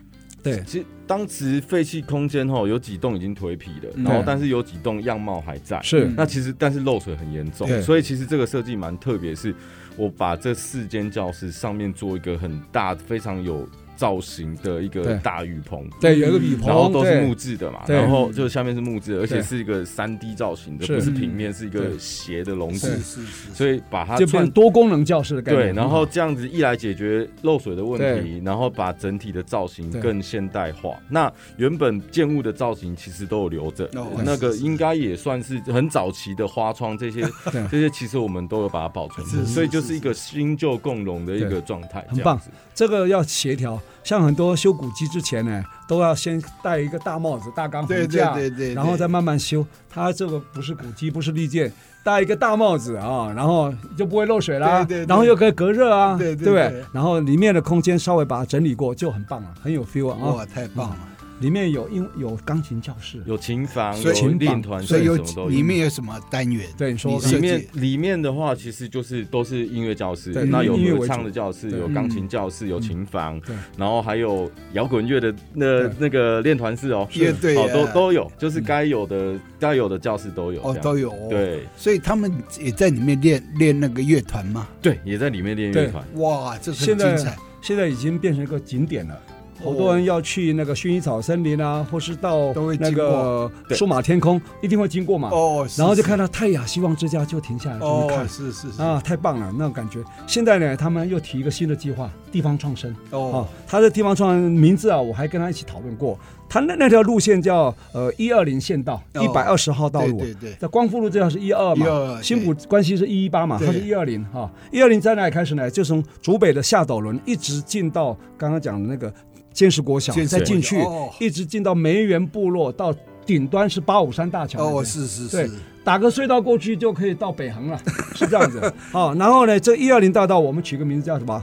Speaker 2: 对
Speaker 3: 其实当时废弃空间吼有几栋已经颓圮了，
Speaker 1: 嗯
Speaker 3: 然后但是有几栋样貌还在。
Speaker 2: 是
Speaker 1: 嗯
Speaker 3: 那其实但是漏水很严重
Speaker 2: 对，
Speaker 3: 所以其实这个设计蛮特别，是我把这四间教室上面做一个很大、非常有造型的一
Speaker 2: 对
Speaker 3: 个大雨棚。
Speaker 2: 对，有一个雨棚，
Speaker 3: 然后都是
Speaker 2: 对
Speaker 3: 木质的嘛，
Speaker 2: 对
Speaker 3: 然后就是下面是木质的，而
Speaker 2: 对
Speaker 3: 且是一个三 D 造型的，
Speaker 2: 是
Speaker 3: 不是平面，是一
Speaker 2: 对
Speaker 3: 个斜的笼
Speaker 2: 对
Speaker 3: 子，
Speaker 1: 是是
Speaker 3: 所以把它
Speaker 2: 就变
Speaker 3: 串
Speaker 2: 成多功能教室的概念。
Speaker 3: 对，然后这样子一来解决漏水的问
Speaker 2: 对
Speaker 3: 题，然后把整体的造型
Speaker 2: 对
Speaker 3: 更现代化。那原本建物的造型其实都有留着
Speaker 1: 哦，
Speaker 3: 那个应该也算是很早期的花窗这些
Speaker 2: 对，
Speaker 3: 这些其实我们都有把它保存
Speaker 1: 是
Speaker 3: 着，
Speaker 1: 是
Speaker 3: 所以就是一个新旧共荣的一个状态，
Speaker 2: 很
Speaker 3: 这样子。
Speaker 2: 这个要协调，像很多修古迹之前呢，都要先戴一个大帽子、大钢
Speaker 1: 对
Speaker 2: 红
Speaker 1: 对
Speaker 2: 架，
Speaker 1: 对对，
Speaker 2: 然后再慢慢修。它这个不是古迹，不是利剑，戴一个大帽子啊，然后就不会漏水啦。
Speaker 1: 对对对
Speaker 2: 然后又可以隔热啊，
Speaker 1: 对
Speaker 2: 不
Speaker 1: 对
Speaker 2: 对
Speaker 1: 对？
Speaker 2: 然后里面的空间稍微把它整理过，就很棒了，很有 feel 啊。
Speaker 1: 哇，太棒
Speaker 3: 嗯
Speaker 1: 了！
Speaker 2: 里面有英有钢琴教室，
Speaker 3: 有琴房，
Speaker 1: 所
Speaker 3: 有
Speaker 1: 以
Speaker 3: 练团，
Speaker 1: 所以有
Speaker 3: 什么都
Speaker 1: 里面有什么单元？
Speaker 2: 对你说
Speaker 1: 你
Speaker 2: 设计
Speaker 3: 里面里面的话，其实就是都是音乐教室
Speaker 2: 对，
Speaker 3: 那有
Speaker 2: 音乐为
Speaker 3: 合
Speaker 2: 主
Speaker 3: 唱的教室，
Speaker 2: 对嗯
Speaker 3: 有钢琴教室，有琴房
Speaker 2: 对，
Speaker 3: 然后还有摇滚乐的那
Speaker 2: 对
Speaker 3: 那个练团室哦，
Speaker 1: 乐队
Speaker 3: 哦都
Speaker 1: 啊
Speaker 3: 都有，就是
Speaker 2: 嗯
Speaker 3: 该有的该有的教室都有，
Speaker 1: 哦
Speaker 3: 这样
Speaker 1: 都有，，
Speaker 3: 对
Speaker 1: 所以他们也在里面练练那个乐团嘛。
Speaker 3: 对，也在里面练乐团，
Speaker 1: 哇，这是
Speaker 2: 现
Speaker 1: 很
Speaker 2: 在
Speaker 1: 精彩，
Speaker 2: 现在已经变成一个景点了。好多人要去那个薰衣草森林啊，或是到
Speaker 1: 哦都会
Speaker 2: 那
Speaker 1: 经
Speaker 2: 个
Speaker 1: 过
Speaker 3: 对
Speaker 2: 数码天空，一定会经过嘛。
Speaker 3: 啊
Speaker 1: 哦，是
Speaker 2: 然后就是看到太阳希望之家就停下来就去
Speaker 1: 哦，
Speaker 2: 看。
Speaker 1: 是是是，
Speaker 2: 啊，太棒了，那种感觉。现在呢，他们又提一个新的计划，地方创生。哦
Speaker 1: 哦，，
Speaker 2: 他的地方创生名字啊，我还跟他一起讨论过。他那那条路线叫呃一二零县道，
Speaker 1: 哦
Speaker 2: 一百二十号道
Speaker 1: 对
Speaker 2: 路。
Speaker 1: 对对，
Speaker 2: 在光复路这条是一二嘛，
Speaker 1: 122
Speaker 2: 新浦关系是一一八嘛，
Speaker 1: 对
Speaker 2: 它是一二零哈，一二零在哪里开始呢？就从竹北的下斗轮一直进到刚刚讲的那个坚石国小，
Speaker 1: 坚石
Speaker 2: 再
Speaker 1: 国
Speaker 2: 进
Speaker 1: 小
Speaker 2: 去
Speaker 1: 哦，
Speaker 2: 一直进到梅园部落，到顶端是八五三大桥那边。
Speaker 1: 哦，是是
Speaker 2: 对
Speaker 1: 是，
Speaker 2: 打个隧道过去就可以到北 (laughs) 横了，是这样子。好，哦然后呢，这一二零大道我们取个名字叫什么？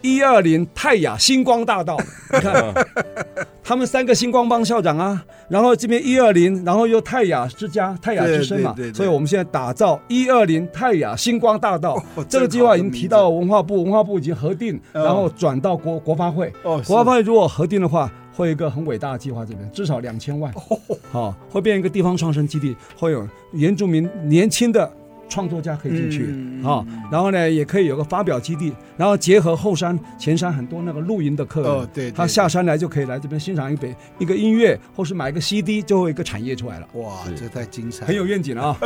Speaker 2: 一二零泰雅星光大道，你看，
Speaker 3: 嗯
Speaker 2: 他们三个星光帮校长啊，然后这边一二零，然后又泰雅之家、泰雅之声嘛
Speaker 1: 对对对，对
Speaker 2: 所以我们现在打造一二零泰雅星光大道
Speaker 1: 哦，
Speaker 2: 这个
Speaker 1: 真
Speaker 2: 计划
Speaker 1: 好
Speaker 2: 已
Speaker 1: 的
Speaker 2: 经
Speaker 1: 名
Speaker 2: 提
Speaker 1: 字
Speaker 2: 到文化部，文化部已经核定，
Speaker 1: 哦
Speaker 2: 然后转到国国发会，
Speaker 1: 哦，
Speaker 2: 国发会如果核定的话，会有一个很伟大的计划，这边至少两千万，
Speaker 1: 哦
Speaker 2: 好、会变一个地方创生基地，会有原住民年轻的创作家可以进去，
Speaker 1: 嗯
Speaker 2: 好、然后呢，也可以有个发表基地，然后结合后山、前山很多那个露营的客人，
Speaker 1: 哦对对
Speaker 2: 他下山来就可以来这边欣赏一杯一个音乐，或是买一个 CD，就会有一个产业出来了，
Speaker 1: 哇，
Speaker 3: 是
Speaker 1: 这太精彩了，
Speaker 2: 很有愿
Speaker 1: (laughs)
Speaker 2: 景了啊！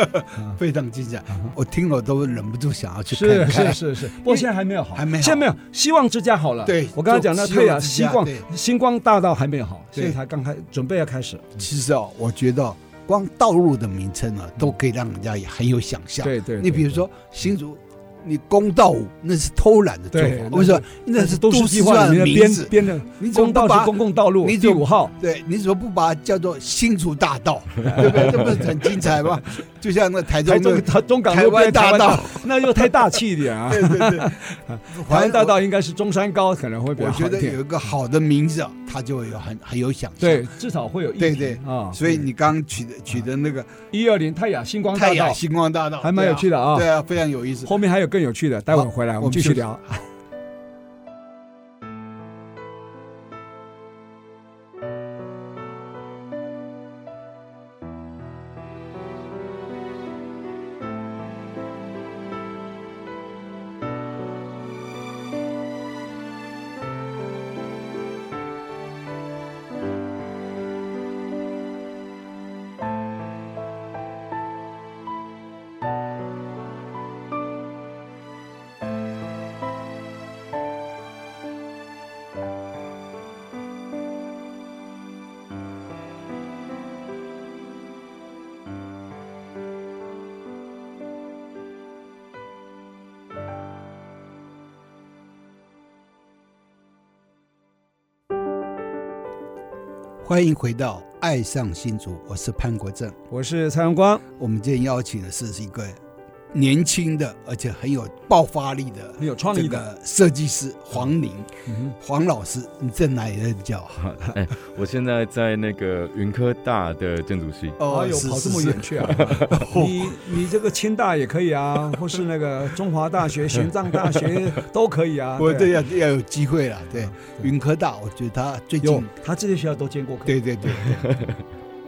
Speaker 1: 非常精彩，我听了都忍不住想要去
Speaker 2: 是
Speaker 1: 看
Speaker 2: 是
Speaker 1: 看。
Speaker 2: 是是，不过现在还没有好，
Speaker 1: 还没好
Speaker 2: 现在没有希望之家好了。
Speaker 1: 对
Speaker 2: 我刚才讲那
Speaker 1: 就
Speaker 2: 太阳
Speaker 1: 希
Speaker 2: 星
Speaker 1: 望
Speaker 2: 光
Speaker 1: 之家
Speaker 2: 星光大道还没有好，
Speaker 1: 对
Speaker 2: 现在才刚开，准备要开始。
Speaker 1: 其实啊，我觉得光道路的名称啊，都可以让人家也很有想象。
Speaker 2: 对对对嗯
Speaker 1: 你比如说新竹，你公道五那是偷懒的做
Speaker 2: 对
Speaker 1: 法，为什么？那是
Speaker 2: 都市
Speaker 1: 市
Speaker 2: 计
Speaker 1: 计
Speaker 2: 划
Speaker 1: 划
Speaker 2: 里面
Speaker 1: 名
Speaker 2: 编
Speaker 1: 字。
Speaker 2: 编的
Speaker 1: 你怎么
Speaker 2: 公道
Speaker 1: 不把
Speaker 2: 是公共道路
Speaker 1: 你
Speaker 2: 第
Speaker 1: 怎么
Speaker 2: 五号，
Speaker 1: 对，你怎么不把它叫做新竹大道？
Speaker 2: (laughs)
Speaker 1: 对不对？这不是很精彩吗？就像那台中
Speaker 2: 台中
Speaker 1: 的，
Speaker 2: 台中港
Speaker 1: 台
Speaker 2: 路变
Speaker 1: 湾大
Speaker 2: 台湾
Speaker 1: 道，
Speaker 2: (laughs) 那又太大气一点啊。
Speaker 1: 对对对，
Speaker 2: (laughs) 台湾大道应该是中山高可能会比
Speaker 1: 我，
Speaker 2: 较
Speaker 1: 我
Speaker 2: 好
Speaker 1: 觉
Speaker 2: 一
Speaker 1: 得有
Speaker 2: 点，
Speaker 1: 一个好的名字啊，它就有很很有想象。
Speaker 2: 对，至少会有一
Speaker 1: 对对
Speaker 2: 啊。
Speaker 1: 所以你刚刚取的取的那个
Speaker 2: 一二零泰雅星嗯光大
Speaker 1: 太阳
Speaker 2: 道，
Speaker 1: 星光大道，
Speaker 2: 还蛮有趣的啊
Speaker 1: 对啊，非常有意思。
Speaker 2: 后面还有更有趣的，待会儿回来
Speaker 1: 好
Speaker 2: 我们继
Speaker 1: 我
Speaker 2: 续
Speaker 1: 们休息
Speaker 2: 聊。
Speaker 1: 欢迎回到《爱上新竹》，我是潘国正。
Speaker 2: 我是蔡阳光，
Speaker 1: 我们今天邀请的是一个年轻的，而且很有爆发力的
Speaker 2: 很有创
Speaker 1: 这
Speaker 2: 意的。
Speaker 1: 个设计师黄宁
Speaker 2: 嗯
Speaker 1: 黄老师。你在哪里任
Speaker 2: 哦
Speaker 1: 教啊？
Speaker 3: 哎，我现在在那个云科大的建筑系，
Speaker 1: 哦
Speaker 2: 哎呦，跑这么远去啊！
Speaker 1: (laughs)
Speaker 2: 你你这个清大也可以啊，或是那个中华
Speaker 1: (laughs)
Speaker 2: 大学、玄奘大学都可以啊。
Speaker 1: 我这
Speaker 2: 对啊啊
Speaker 1: 要要有机会了。对，云科大，我觉得他最
Speaker 2: 有
Speaker 1: 近，
Speaker 2: 他这些学校都见过课。
Speaker 1: 对对对。 (laughs)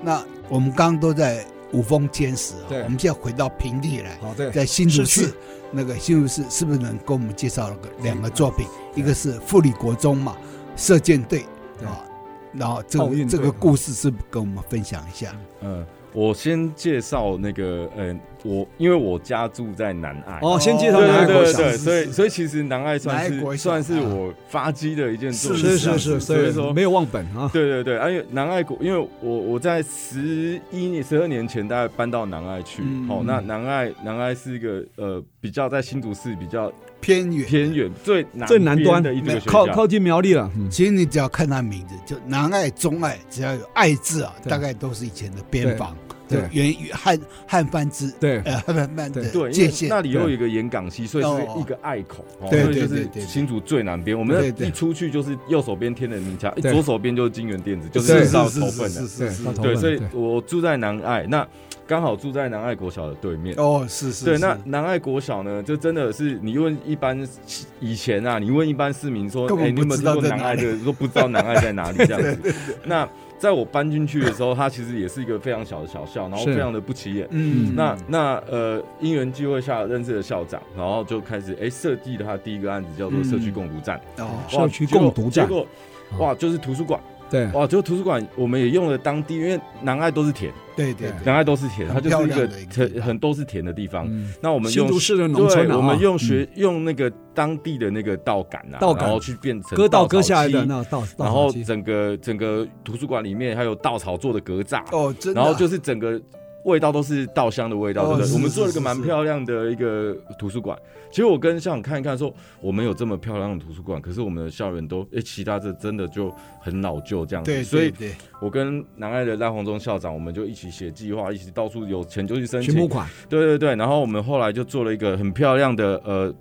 Speaker 1: 那我们刚刚都在五峰坚实啊，
Speaker 2: 对
Speaker 1: 我们现在回到平地来，
Speaker 2: 好，对，
Speaker 1: 在新竹
Speaker 2: 市
Speaker 1: 市
Speaker 2: 区
Speaker 1: 那个新竹市是不是能给我们介绍了个两个作品？一个是富里国中嘛，射箭队
Speaker 2: 对
Speaker 1: 啊，然后这
Speaker 2: 奥运
Speaker 1: 个
Speaker 2: 队
Speaker 1: 这个故事是不是跟我们分享一下？
Speaker 3: 嗯，我先介绍那个，嗯，我因为我家住在南爱，
Speaker 2: 哦，先介
Speaker 3: 对
Speaker 2: 绍南爱
Speaker 3: 对
Speaker 2: 国
Speaker 3: 对
Speaker 2: 小。
Speaker 3: 对，
Speaker 1: 是是
Speaker 3: 所以
Speaker 1: 是
Speaker 3: 所以其实南爱算
Speaker 1: 南爱国啊
Speaker 3: 是
Speaker 1: 小
Speaker 3: 算是我发迹的一件作品，
Speaker 2: 是
Speaker 3: 这样
Speaker 2: 是是，
Speaker 3: 子
Speaker 2: 所
Speaker 3: 所以
Speaker 2: 以
Speaker 3: 说
Speaker 2: 没有忘本啊。
Speaker 3: 对对对，啊因为南爱国，因为我我在十一年、十二年前大概搬到南爱去。
Speaker 1: 嗯
Speaker 3: 哦，那南爱南爱是一个呃比较在新竹市比较
Speaker 1: 偏远，
Speaker 3: 偏远、最南
Speaker 2: 最南
Speaker 3: 边
Speaker 2: 端
Speaker 3: 的一个学
Speaker 2: 靠
Speaker 3: 校。
Speaker 2: 靠近苗栗了，嗯
Speaker 1: 其实你只要看他名字，就南爱、中爱，只要有爱字啊，
Speaker 2: 对
Speaker 1: 大概都是以前的边防，
Speaker 2: 对
Speaker 1: 就原汉汉番之
Speaker 2: 嗯对
Speaker 1: 呃汉番
Speaker 3: 对，
Speaker 1: 的
Speaker 3: 因
Speaker 1: 界
Speaker 3: 为
Speaker 1: 限。
Speaker 3: 那里又有一个沿港溪，所以是一个隘口，哦所以就
Speaker 1: 对对
Speaker 3: 是
Speaker 1: 对对对
Speaker 3: 新竹最南边。我
Speaker 1: 对
Speaker 3: 们
Speaker 1: 对
Speaker 3: 一出去就是右手边天人名家，一
Speaker 2: 对
Speaker 3: 左手边就是金源电子，就是是到
Speaker 1: 是
Speaker 3: 头份的
Speaker 1: 是。是是
Speaker 2: 对到
Speaker 1: 是，
Speaker 2: 头
Speaker 3: 对，
Speaker 2: 份
Speaker 3: 所以
Speaker 2: 对
Speaker 3: 我住在南爱，那刚好住在南爱国小的对面。
Speaker 1: 哦是是，
Speaker 3: 对，
Speaker 1: 是
Speaker 3: 那南爱国小呢，就真的是你问一般以前啊，你问一般市民说，
Speaker 1: 根
Speaker 3: 哎、
Speaker 1: 本
Speaker 3: 你有
Speaker 1: 不
Speaker 3: 没有
Speaker 1: 知
Speaker 3: 听
Speaker 1: 道
Speaker 3: 过
Speaker 1: 在
Speaker 3: 南
Speaker 1: 哪
Speaker 3: 爱
Speaker 1: 里
Speaker 3: 的？说不知道南爱在哪里这样子。那在我搬进去的时候，它其实也是一个非常小的小校，然后
Speaker 2: 是
Speaker 3: 非常的不起眼。
Speaker 2: 嗯
Speaker 3: 那那呃，因缘际会下认识了校长，然后就开始哎设计了他第一个案子叫做社区共读站，
Speaker 1: 哦，
Speaker 3: 哇
Speaker 2: 社区
Speaker 3: 结果
Speaker 2: 共读站
Speaker 3: 结果哇就是图书馆，
Speaker 2: 对，
Speaker 3: 哇就图书馆我们也用了当地，因为南爱都是田，
Speaker 1: 对对
Speaker 2: 对
Speaker 1: 对，
Speaker 3: 南爱都是田，它
Speaker 1: 很
Speaker 3: 就是一
Speaker 1: 漂亮的一个
Speaker 3: 个
Speaker 1: 地
Speaker 3: 很
Speaker 1: 方
Speaker 3: 很都是田的地方。
Speaker 2: 嗯
Speaker 3: 那我们
Speaker 2: 新
Speaker 3: 用
Speaker 2: 竹市的农村啊，
Speaker 3: 对，我们
Speaker 2: 哈
Speaker 3: 用学、用那个当地的那个稻杆啊，
Speaker 2: 稻杆
Speaker 3: 然后去变成
Speaker 2: 割稻
Speaker 3: 稻
Speaker 2: 割下来的
Speaker 3: 草机
Speaker 2: 那稻，稻
Speaker 3: 然
Speaker 2: 草
Speaker 3: 后
Speaker 2: 机
Speaker 3: 整个整个图书馆里面还有稻草做的格栅，
Speaker 1: 哦，真的
Speaker 3: 然
Speaker 1: 啊，
Speaker 3: 后就是整个味道都是稻香的味道，
Speaker 1: 哦
Speaker 3: 对不
Speaker 1: 是
Speaker 3: 对？我们
Speaker 1: 是
Speaker 3: 做了一
Speaker 1: 是
Speaker 3: 个蛮
Speaker 1: 是
Speaker 3: 漂亮的一个图书馆。其实我跟校长看一看说，我们有这么漂亮的图书馆，可是我们的校园都诶，其他这真的就很老旧这样子，
Speaker 1: 对，对
Speaker 3: 所以
Speaker 1: 对
Speaker 3: 我跟南爱的赖鸿忠校长，我们就一起写计划，一起到处有钱就去申
Speaker 2: 去
Speaker 3: 请
Speaker 2: 募，款，
Speaker 3: 对对对，然后我们后来就做了一个很漂亮的呃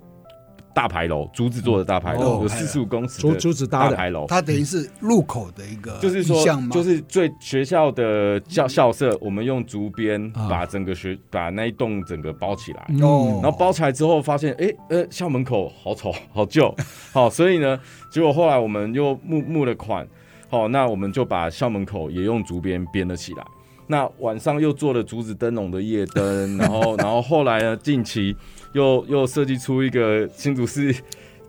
Speaker 3: 大牌楼，竹子做的大牌
Speaker 2: 哦
Speaker 3: 楼，有四十五公尺
Speaker 2: 竹
Speaker 3: 的
Speaker 2: 竹子搭
Speaker 3: 大
Speaker 2: 的，
Speaker 3: 牌楼。
Speaker 1: 它等于是入口的一个
Speaker 3: 就是
Speaker 1: 意
Speaker 3: 说
Speaker 1: 向，吗
Speaker 3: 就是最学校的校校舍，我们用竹编
Speaker 2: 啊
Speaker 3: 把整个学把那一栋整个包起
Speaker 2: 嗯
Speaker 3: 来，
Speaker 1: 哦
Speaker 3: 然后包起来之后发现，哎呃，校门口好丑好旧，好，所以呢，结果后来我们又募募了款，好，那我们就把校门口也用竹编编了起来。那晚上又做了竹子灯笼的夜灯，然后 (laughs) 然后后来呢，近期又又设计出一个新竹市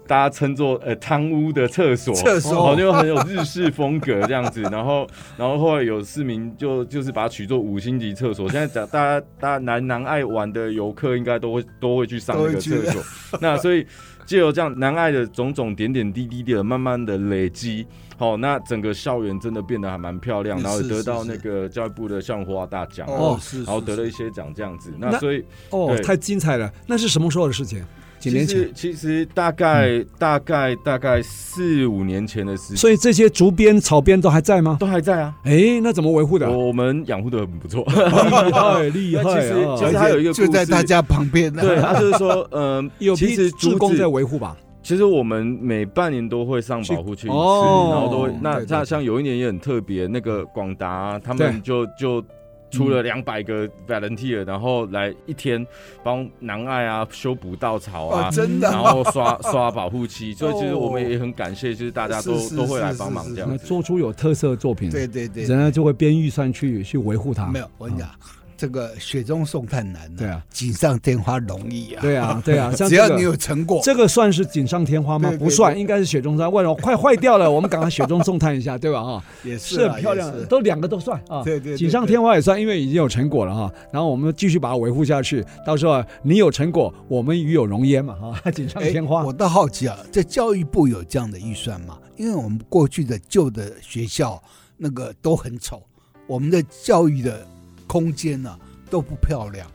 Speaker 3: 大家称作呃汤屋的厕所，
Speaker 1: 厕所
Speaker 3: 好就很有日式风格这样子。然后然后后来有市民就就是把它取作五星级厕所。现在讲大家大家南南爱玩的游客应该都会都会去上那
Speaker 1: 都
Speaker 3: 个
Speaker 1: 会去
Speaker 3: 厕所。那所以借由这样南爱的种种点点滴滴的慢慢的累积，好、那整个校园真的变得还蛮漂亮，
Speaker 1: 是
Speaker 3: 然后也
Speaker 1: 是
Speaker 3: 得到
Speaker 1: 是
Speaker 3: 那个教育部的校花大奖，啊
Speaker 1: 哦，是，
Speaker 3: 然后
Speaker 1: 是
Speaker 3: 得了
Speaker 1: 是
Speaker 3: 一些奖这样子。那
Speaker 2: 那
Speaker 3: 所以
Speaker 2: 哦，
Speaker 3: 对
Speaker 2: 太精彩了！那是什么时候的事情？几
Speaker 3: 其
Speaker 2: 年
Speaker 3: 实
Speaker 2: 前。
Speaker 3: 其实大概、大概大概四五年前的事情
Speaker 2: 所以这些竹编、草编都还在吗？
Speaker 3: 都还在啊。
Speaker 2: 哎，那怎么维护的？
Speaker 3: 我们养护的很不错，
Speaker 2: (laughs) 厉害厉害
Speaker 3: 那其实
Speaker 2: 啊！
Speaker 3: 就是它有一个
Speaker 1: 就
Speaker 3: 故
Speaker 1: 在
Speaker 3: 事
Speaker 1: 大家旁边呢，
Speaker 3: (laughs) 对，啊他就是说， (laughs) 嗯，
Speaker 2: 有
Speaker 3: 其
Speaker 2: 批
Speaker 3: 实
Speaker 2: 职
Speaker 3: 竹
Speaker 2: 工在
Speaker 3: 子，
Speaker 2: 维护吧？
Speaker 3: 其实我们每半年都会上保护区一
Speaker 2: 去
Speaker 3: 次，
Speaker 2: 哦
Speaker 3: 然后都会。
Speaker 2: 对
Speaker 3: 那
Speaker 2: 对
Speaker 3: 那
Speaker 2: 对
Speaker 3: 像有一年也很特别，那个广达他
Speaker 2: 对
Speaker 3: 们就就出了两百个 volunteer，然后来一天帮南爱啊修补稻草啊
Speaker 1: 哦，，真的
Speaker 3: 然
Speaker 1: 啊，
Speaker 3: 后刷刷保护期，所以其实
Speaker 1: 哦
Speaker 3: 我们也很感谢，就是大家都
Speaker 1: 是是
Speaker 3: 都会来
Speaker 1: 是
Speaker 3: 帮忙
Speaker 1: 是
Speaker 3: 这
Speaker 1: 是
Speaker 3: 样
Speaker 2: 那
Speaker 3: 子。
Speaker 2: 做出有特色的作品，
Speaker 1: 对对对，
Speaker 2: 人家就会编预算去去维护它。
Speaker 1: 没有，我跟你讲，这个雪中送炭难
Speaker 2: 对
Speaker 1: 呐，
Speaker 2: 啊，
Speaker 1: 锦上添花容易啊，
Speaker 2: 对啊，对啊，
Speaker 1: (laughs)
Speaker 2: 像
Speaker 1: 只
Speaker 2: 这
Speaker 1: 要你
Speaker 2: 个。
Speaker 1: 有成果，
Speaker 2: 这个算是锦上添花吗？
Speaker 1: 对对
Speaker 2: 不算，
Speaker 1: 对
Speaker 2: 应该是雪中送炭。为什么快坏掉了？我 (laughs) 们赶快雪中送炭一下，对吧？啊，
Speaker 1: 也
Speaker 2: 是
Speaker 1: 啊
Speaker 2: 很漂
Speaker 1: 也
Speaker 2: 亮的，
Speaker 1: 是
Speaker 2: 都两个都算啊。
Speaker 1: 对对对
Speaker 2: 锦上添花也算，因为已经有成果了哈。然后我们继续把它维护下去，到时候你有成果，我们与有荣焉嘛哈。锦上
Speaker 1: (laughs) 哎
Speaker 2: 添花
Speaker 1: 我，倒好奇啊，这教育部有这样的预算吗？因为我们过去的旧的学校那个都很丑，我们的教育的空间呢、都不漂亮。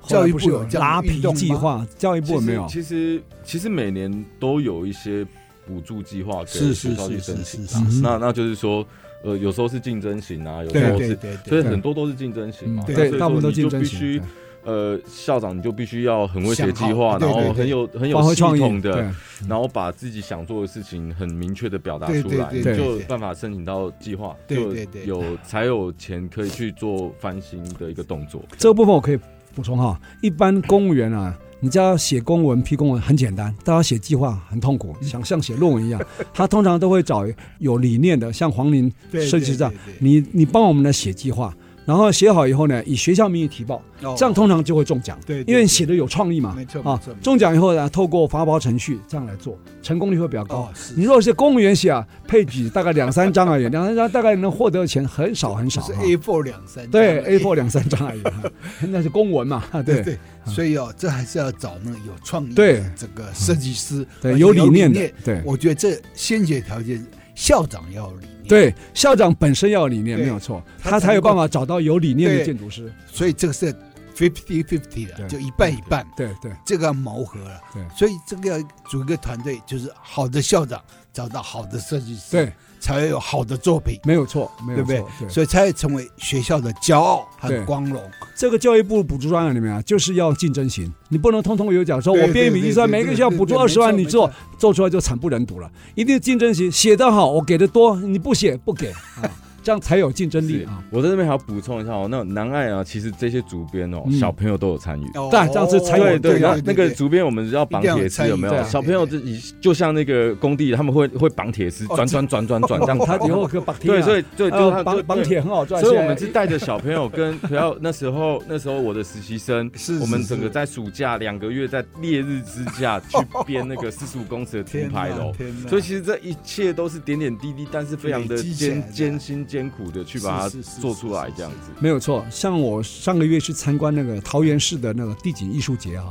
Speaker 2: 后
Speaker 1: 教
Speaker 2: 来
Speaker 1: 育
Speaker 2: 不
Speaker 1: 部
Speaker 2: 是
Speaker 1: 有这
Speaker 2: 拉
Speaker 1: 样的
Speaker 2: 皮
Speaker 1: 运动吗
Speaker 2: 计划，教育部有没有？
Speaker 3: 其实其实每年都有一些补助计划给
Speaker 1: 是
Speaker 3: 学
Speaker 1: 是
Speaker 3: 校去
Speaker 1: 是是
Speaker 3: 申请
Speaker 1: 是
Speaker 3: 啊。
Speaker 1: 是是，
Speaker 3: 那那就是说，呃，有时候是竞争型啊，有时
Speaker 1: 对
Speaker 3: 候
Speaker 1: 对
Speaker 3: 是，
Speaker 1: 对
Speaker 3: 所以
Speaker 1: 对，
Speaker 3: 很多都是竞争型嘛。
Speaker 1: 对
Speaker 3: 那所以
Speaker 2: 嗯对，
Speaker 3: 说
Speaker 2: 大部分都
Speaker 3: 你就
Speaker 2: 竞争
Speaker 3: 必
Speaker 2: 型
Speaker 3: 须，呃，校长你就必须要很会写
Speaker 1: 想
Speaker 3: 计
Speaker 1: 好
Speaker 3: 划，
Speaker 1: 对
Speaker 3: 然后
Speaker 1: 对对
Speaker 3: 很有很
Speaker 2: 对
Speaker 3: 有
Speaker 2: 发挥
Speaker 3: 系
Speaker 2: 创意
Speaker 3: 统
Speaker 2: 对
Speaker 3: 的，然后把自己想做的事情很明确的表达
Speaker 1: 对
Speaker 3: 出
Speaker 1: 对
Speaker 3: 来，
Speaker 1: 对
Speaker 3: 你
Speaker 2: 对
Speaker 3: 就有
Speaker 1: 对
Speaker 3: 办法申请到计划，
Speaker 1: 对
Speaker 3: 就
Speaker 1: 对对
Speaker 3: 有才有钱可以去做翻新的一个动作。
Speaker 2: 这个部分我可以补充哈，一般公务员啊，你只要写公文、批公文很简单，大家写计划很痛苦，
Speaker 1: 嗯
Speaker 2: 想像写论文一样。 (laughs) 他通常都会找有理念的，像黄林
Speaker 1: 对
Speaker 2: 设计这样，，
Speaker 1: 对对
Speaker 2: 你你帮我们来写计划，然后写好以后呢，以学校名义提报，
Speaker 1: 对哦
Speaker 2: 这样通常就会中奖。
Speaker 1: 对对
Speaker 2: 因为写的有创意嘛，
Speaker 1: 没错
Speaker 2: 啊
Speaker 1: 没错没，错
Speaker 2: 中奖以后呢，透过发包程序这样来做，成功率会比较高。
Speaker 1: 哦是
Speaker 2: 你如果是公务员写啊，配几大概两三张而已，两三张大概能获得的钱很少很少啊
Speaker 1: 就是
Speaker 2: 哈
Speaker 1: A4 两三
Speaker 2: 对
Speaker 1: 张哎
Speaker 2: A4 两三张而已，哈那是公文嘛，哈
Speaker 1: 对
Speaker 2: 对嗯
Speaker 1: 对，所以哦，这还是要找那个有创意
Speaker 2: 对
Speaker 1: 的这个设计师，而
Speaker 2: 对，
Speaker 1: 且
Speaker 2: 有理
Speaker 1: 理
Speaker 2: 念的，对
Speaker 1: 我觉得这先决条件，校长要有理念。
Speaker 2: 对，校长本身要有理念，
Speaker 1: 对
Speaker 2: 没有错，
Speaker 1: 他
Speaker 2: 他
Speaker 1: 才
Speaker 2: 才有
Speaker 1: 能够
Speaker 2: 办法找到有理念的
Speaker 1: 对
Speaker 2: 建筑师，
Speaker 1: 所以这个是 fifty fifty
Speaker 2: 对
Speaker 1: 的，就一半一半，
Speaker 2: 对对
Speaker 1: 这个要磨合了。
Speaker 2: 对
Speaker 1: 所以这个要组一个团队，就是好的校长找到好的设计师，
Speaker 2: 对，，
Speaker 1: 才会有好的作品，
Speaker 2: 没有错，没有
Speaker 1: 对不对
Speaker 2: 错，对？
Speaker 1: 所以才会成为学校的骄傲
Speaker 2: 对
Speaker 1: 和光荣。
Speaker 2: 这个教育部补助专案里面啊，就是要竞争型，你不能通通有奖，说
Speaker 1: 对
Speaker 2: 我
Speaker 1: 对
Speaker 2: 编一笔预算，
Speaker 1: 对对
Speaker 2: 每个学校补助
Speaker 1: 对对
Speaker 2: 二十万，
Speaker 1: 没错
Speaker 2: 你做做出来就惨不忍睹了，一定竞争型，写得好我给的多，你不写不给啊，这样才有竞争力
Speaker 3: 是
Speaker 2: 啊。
Speaker 3: 我在这边还要补充一下哦，那南爱啊，其实这些主编哦，
Speaker 2: 嗯
Speaker 3: 小朋友都有参与。
Speaker 1: 哦
Speaker 2: 对这样子才有
Speaker 3: 对对，
Speaker 2: 对
Speaker 3: 那
Speaker 2: 对
Speaker 3: 那个主编我们要绑铁丝有没
Speaker 2: 一定要有参与对
Speaker 3: 有？
Speaker 2: 啊
Speaker 3: 小朋友自己就像那个工地，他们会会绑铁丝，
Speaker 1: 哦
Speaker 3: 转转转转转这样
Speaker 2: 他
Speaker 3: 跑。
Speaker 2: 以后可绑铁啊，
Speaker 3: 对，所以对，就是
Speaker 2: 呃
Speaker 3: 他
Speaker 2: 绑
Speaker 3: 对
Speaker 2: 绑铁很好赚，
Speaker 3: 所以我们
Speaker 2: 现
Speaker 3: 是
Speaker 2: 在
Speaker 3: 带着小朋友跟 (laughs) 不要那时候那时候我的实习生，
Speaker 1: 是是
Speaker 3: 我们整个在暑假两个月在烈日之下去编那
Speaker 1: (laughs)
Speaker 3: 个四十五公尺的
Speaker 1: 天
Speaker 3: 停
Speaker 1: 哪
Speaker 3: 牌楼。
Speaker 1: 天哪
Speaker 3: 所以其实这一切都是点点滴滴，但是非常的
Speaker 1: 累积起来的
Speaker 3: 艰艰辛艰苦的去把它
Speaker 1: 是是是
Speaker 3: 做出来，这样子。
Speaker 2: 没有错。像我上个月去参观那个桃园市的那个地景艺术节啊，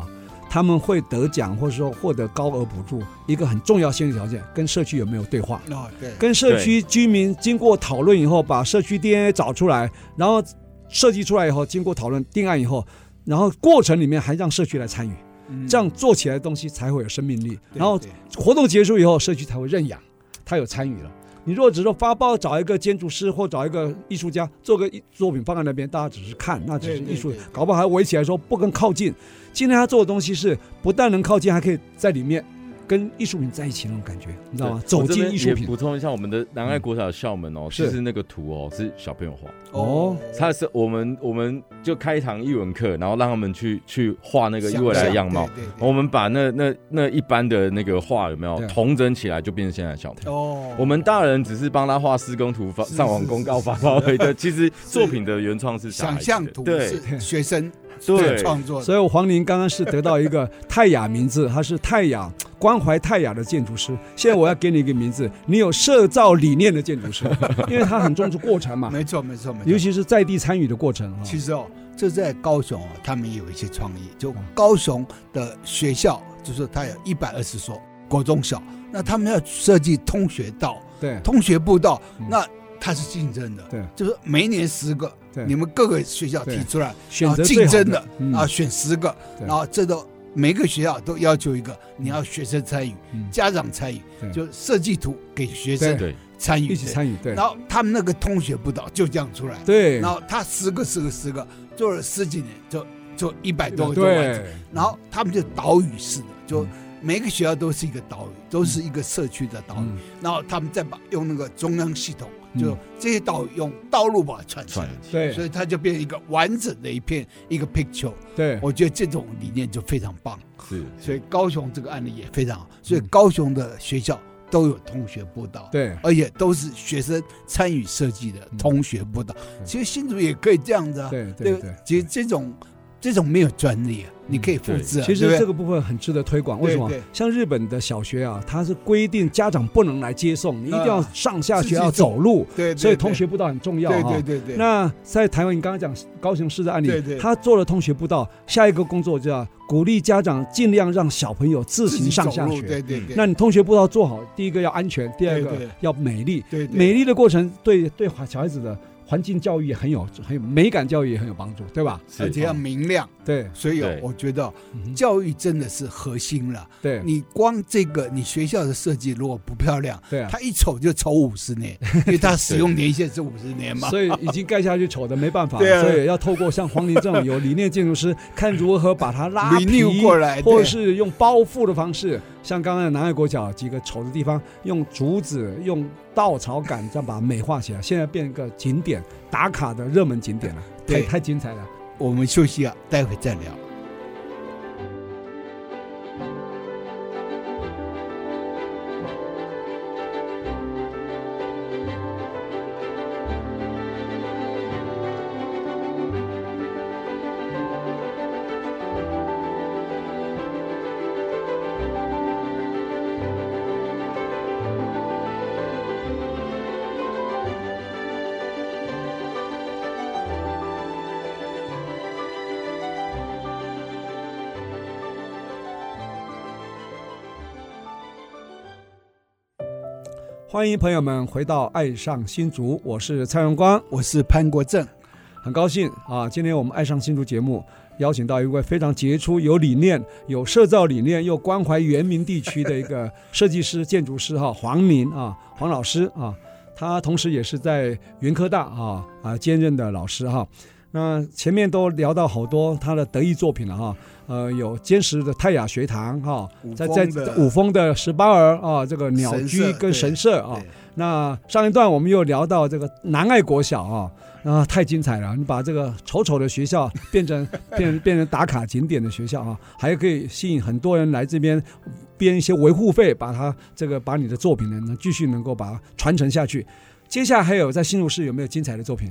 Speaker 2: 他们会得奖或者说获得高额补助，一个很重要先决条件，跟社区有没有对话。
Speaker 1: 哦对，
Speaker 2: 跟社区居民经过讨论以后，把社区 DNA 找出来，然后设计出来以后，经过讨论定案以后，然后过程里面还让社区来参与，
Speaker 1: 嗯
Speaker 2: 这样做起来的东西才会有生命力。
Speaker 1: 对
Speaker 2: 然后
Speaker 1: 对
Speaker 2: 活动结束以后，社区才会认养，他有参与了。你如果只是发包找一个建筑师或找一个艺术家做个作品放在那边，大家只是看，那只是艺术
Speaker 1: 对对对，
Speaker 2: 搞不好还围起来说不跟靠近。今天他做的东西是不但能靠近，还可以在里面跟艺术品在一起那种感觉，你知
Speaker 1: 啊
Speaker 2: 道吗？
Speaker 3: 对我
Speaker 2: 走
Speaker 3: 这边
Speaker 2: 进艺术
Speaker 3: 也
Speaker 2: 品
Speaker 3: 补。充一下，我们的南爱国小的校门哦，
Speaker 2: 是
Speaker 3: 其实那个图哦是小朋友画，
Speaker 2: 哦
Speaker 3: 他是我们我们就开一堂艺文课，然后让他们去去画那个未来的样貌。，
Speaker 1: 对对啊对
Speaker 3: 我们把那那那一般的那个画有没有
Speaker 2: 对
Speaker 3: 同整起来，就变成现在的小朋友。
Speaker 1: 哦
Speaker 3: 我们大人只是帮他画施工图发
Speaker 1: 是
Speaker 3: 上网
Speaker 1: 是
Speaker 3: 公
Speaker 1: 是
Speaker 3: 告
Speaker 1: 是
Speaker 3: 发包而已。对， (laughs) 其实作品的原创是小
Speaker 1: 想
Speaker 3: 孩子
Speaker 1: 象
Speaker 3: 的
Speaker 1: 图
Speaker 3: 对
Speaker 1: 是学生
Speaker 3: 对
Speaker 1: 创作的，
Speaker 2: 所以我黄宁刚刚是得到一个泰雅名字，他是泰雅关怀泰雅的建筑师。现在我要给你一个名字，你有社造理念的建筑师，因为他很重视过程嘛，
Speaker 1: (laughs) 没错没错没错，
Speaker 2: 尤其是在地参与的过程啊。
Speaker 1: 其实哦，这在高雄啊，他们也有一些创意。
Speaker 2: 嗯
Speaker 1: 就高雄的学校，就是它有一百二十所国中小，那他们要设计通学道、
Speaker 2: 对
Speaker 1: 通学步道
Speaker 2: 嗯，
Speaker 1: 那它是竞争的，
Speaker 2: 对，
Speaker 1: 就是每一年十个，
Speaker 2: 对
Speaker 1: 你们各个学校提出来，
Speaker 2: 选择
Speaker 1: 然后
Speaker 2: 最
Speaker 1: 竞
Speaker 2: 好
Speaker 1: 争的，
Speaker 2: 嗯
Speaker 1: 啊，选十个，
Speaker 2: 对
Speaker 1: 然后这个每个学校都要求一个，你要学生参与、
Speaker 2: 嗯
Speaker 1: 家长参与
Speaker 2: 对，
Speaker 1: 就设计图给学生
Speaker 3: 对，
Speaker 1: 参与
Speaker 2: 一起，参与，对
Speaker 1: 然后他们那个通学步道就这样出来。
Speaker 2: 对
Speaker 1: 然后他十个十个十个做了十几年，就就一百多个就完成。
Speaker 2: 对，
Speaker 1: 然后他们就岛屿式的，就每个学校都是一个岛屿，都是一个社区的岛屿。
Speaker 2: 嗯
Speaker 1: 然后他们再把用那个中央系统，
Speaker 2: 嗯
Speaker 1: 就这些岛屿用道路把它串起来
Speaker 3: 串，起
Speaker 1: 所
Speaker 2: 对
Speaker 1: 以它就变成一个完整的一片一个 picture。
Speaker 2: 对，
Speaker 1: 我觉得这种理念就非常棒，
Speaker 3: 是
Speaker 1: 所以高雄这个案例也非常好。所以
Speaker 2: 嗯
Speaker 1: 高雄的学校都有同学步道，
Speaker 2: 对
Speaker 1: 而且都是学生参与设计的同学步道。其实新竹也可以这样子啊，
Speaker 2: 嗯对对
Speaker 1: 对
Speaker 2: 对。嗯
Speaker 1: 其实这种这种没有专利啊，你可以复制啊。
Speaker 2: 其实
Speaker 1: 对不对
Speaker 2: 这个部分很值得推广，为什么
Speaker 1: 对对？
Speaker 2: 像日本的小学啊，它是规定家长不能来接送，你一定要
Speaker 1: 啊
Speaker 2: 上下
Speaker 1: 自己
Speaker 2: 学要
Speaker 1: 走
Speaker 2: 走路，
Speaker 1: 对，对
Speaker 2: 所以同学步道很重要
Speaker 1: 对
Speaker 2: 哈。
Speaker 1: 对对对，
Speaker 2: 那在台湾，你刚刚讲高雄市的案例，
Speaker 1: 对对
Speaker 2: 他做了通学步道，下一个工作就要鼓励家长尽量让小朋友自
Speaker 1: 自己
Speaker 2: 行上
Speaker 1: 走
Speaker 2: 下
Speaker 1: 路
Speaker 2: 学。嗯
Speaker 1: 对对对，
Speaker 2: 那你通学步道做好，第一个要安全，第二
Speaker 1: 对
Speaker 2: 个
Speaker 1: 对
Speaker 2: 要美丽。
Speaker 1: 对对
Speaker 2: 美丽的过程对对小孩子的环境教育也很有很有美感教育也很有帮助，对吧？
Speaker 3: 是
Speaker 1: 而且要明亮，
Speaker 2: 对
Speaker 1: 所以哦
Speaker 3: 对
Speaker 1: 我觉得哦
Speaker 2: 嗯哼
Speaker 1: 教育真的是核心了。
Speaker 2: 对
Speaker 1: 你光这个你学校的设计如果不漂亮，
Speaker 2: 对啊。
Speaker 1: 它一瞅就瞅五十
Speaker 2: (laughs)
Speaker 1: 年，因为它使用年限是五十年嘛。
Speaker 2: 所以已经盖下去丑的没办法，
Speaker 1: 对啊
Speaker 2: 所以要透过像黄林这种有理念建筑师，看如何把它拉
Speaker 1: Renew
Speaker 2: 皮
Speaker 1: 过来
Speaker 2: 或
Speaker 1: 对
Speaker 2: 是用包覆的方式，像刚刚的南爱国角几个丑的地方，用竹子、用稻草杆这样把它美化起来，现在变一个景点打卡的热门景点了，太
Speaker 1: 对
Speaker 2: 太精彩了。
Speaker 1: 我们休息啊，待会再聊。
Speaker 2: 欢迎朋友们回到《爱上新竹》，我是蔡荣光，
Speaker 1: 我是潘国正，
Speaker 2: 很高兴啊！今天我们爱上新竹节目邀请到一位非常杰出、有理念、有社造理念又关怀原民地区的一个设计师、建筑师哈、黄宁啊，黄老师啊，他同时也是在云科大啊啊兼任的老师哈、那前面都聊到好多他的得意作品了哈，呃，有坚实的泰雅学堂哈，
Speaker 1: 五
Speaker 2: 在
Speaker 1: 峰
Speaker 2: 在
Speaker 1: 的
Speaker 2: 五峰的十八儿啊，这个鸟
Speaker 1: 神
Speaker 2: 居
Speaker 1: 社
Speaker 2: 跟
Speaker 1: 对
Speaker 2: 神社啊
Speaker 1: 对，
Speaker 2: 那上一段我们又聊到这个南爱国小啊，啊，太精彩了！你把这个丑丑的学校变成 (laughs) 变变成打卡景点的学校啊，还可以吸引很多人来这边编一些维护费，把它这个把你的作品呢能继续能够把它传承下去。接下来还有在新竹市有没有精彩的作品？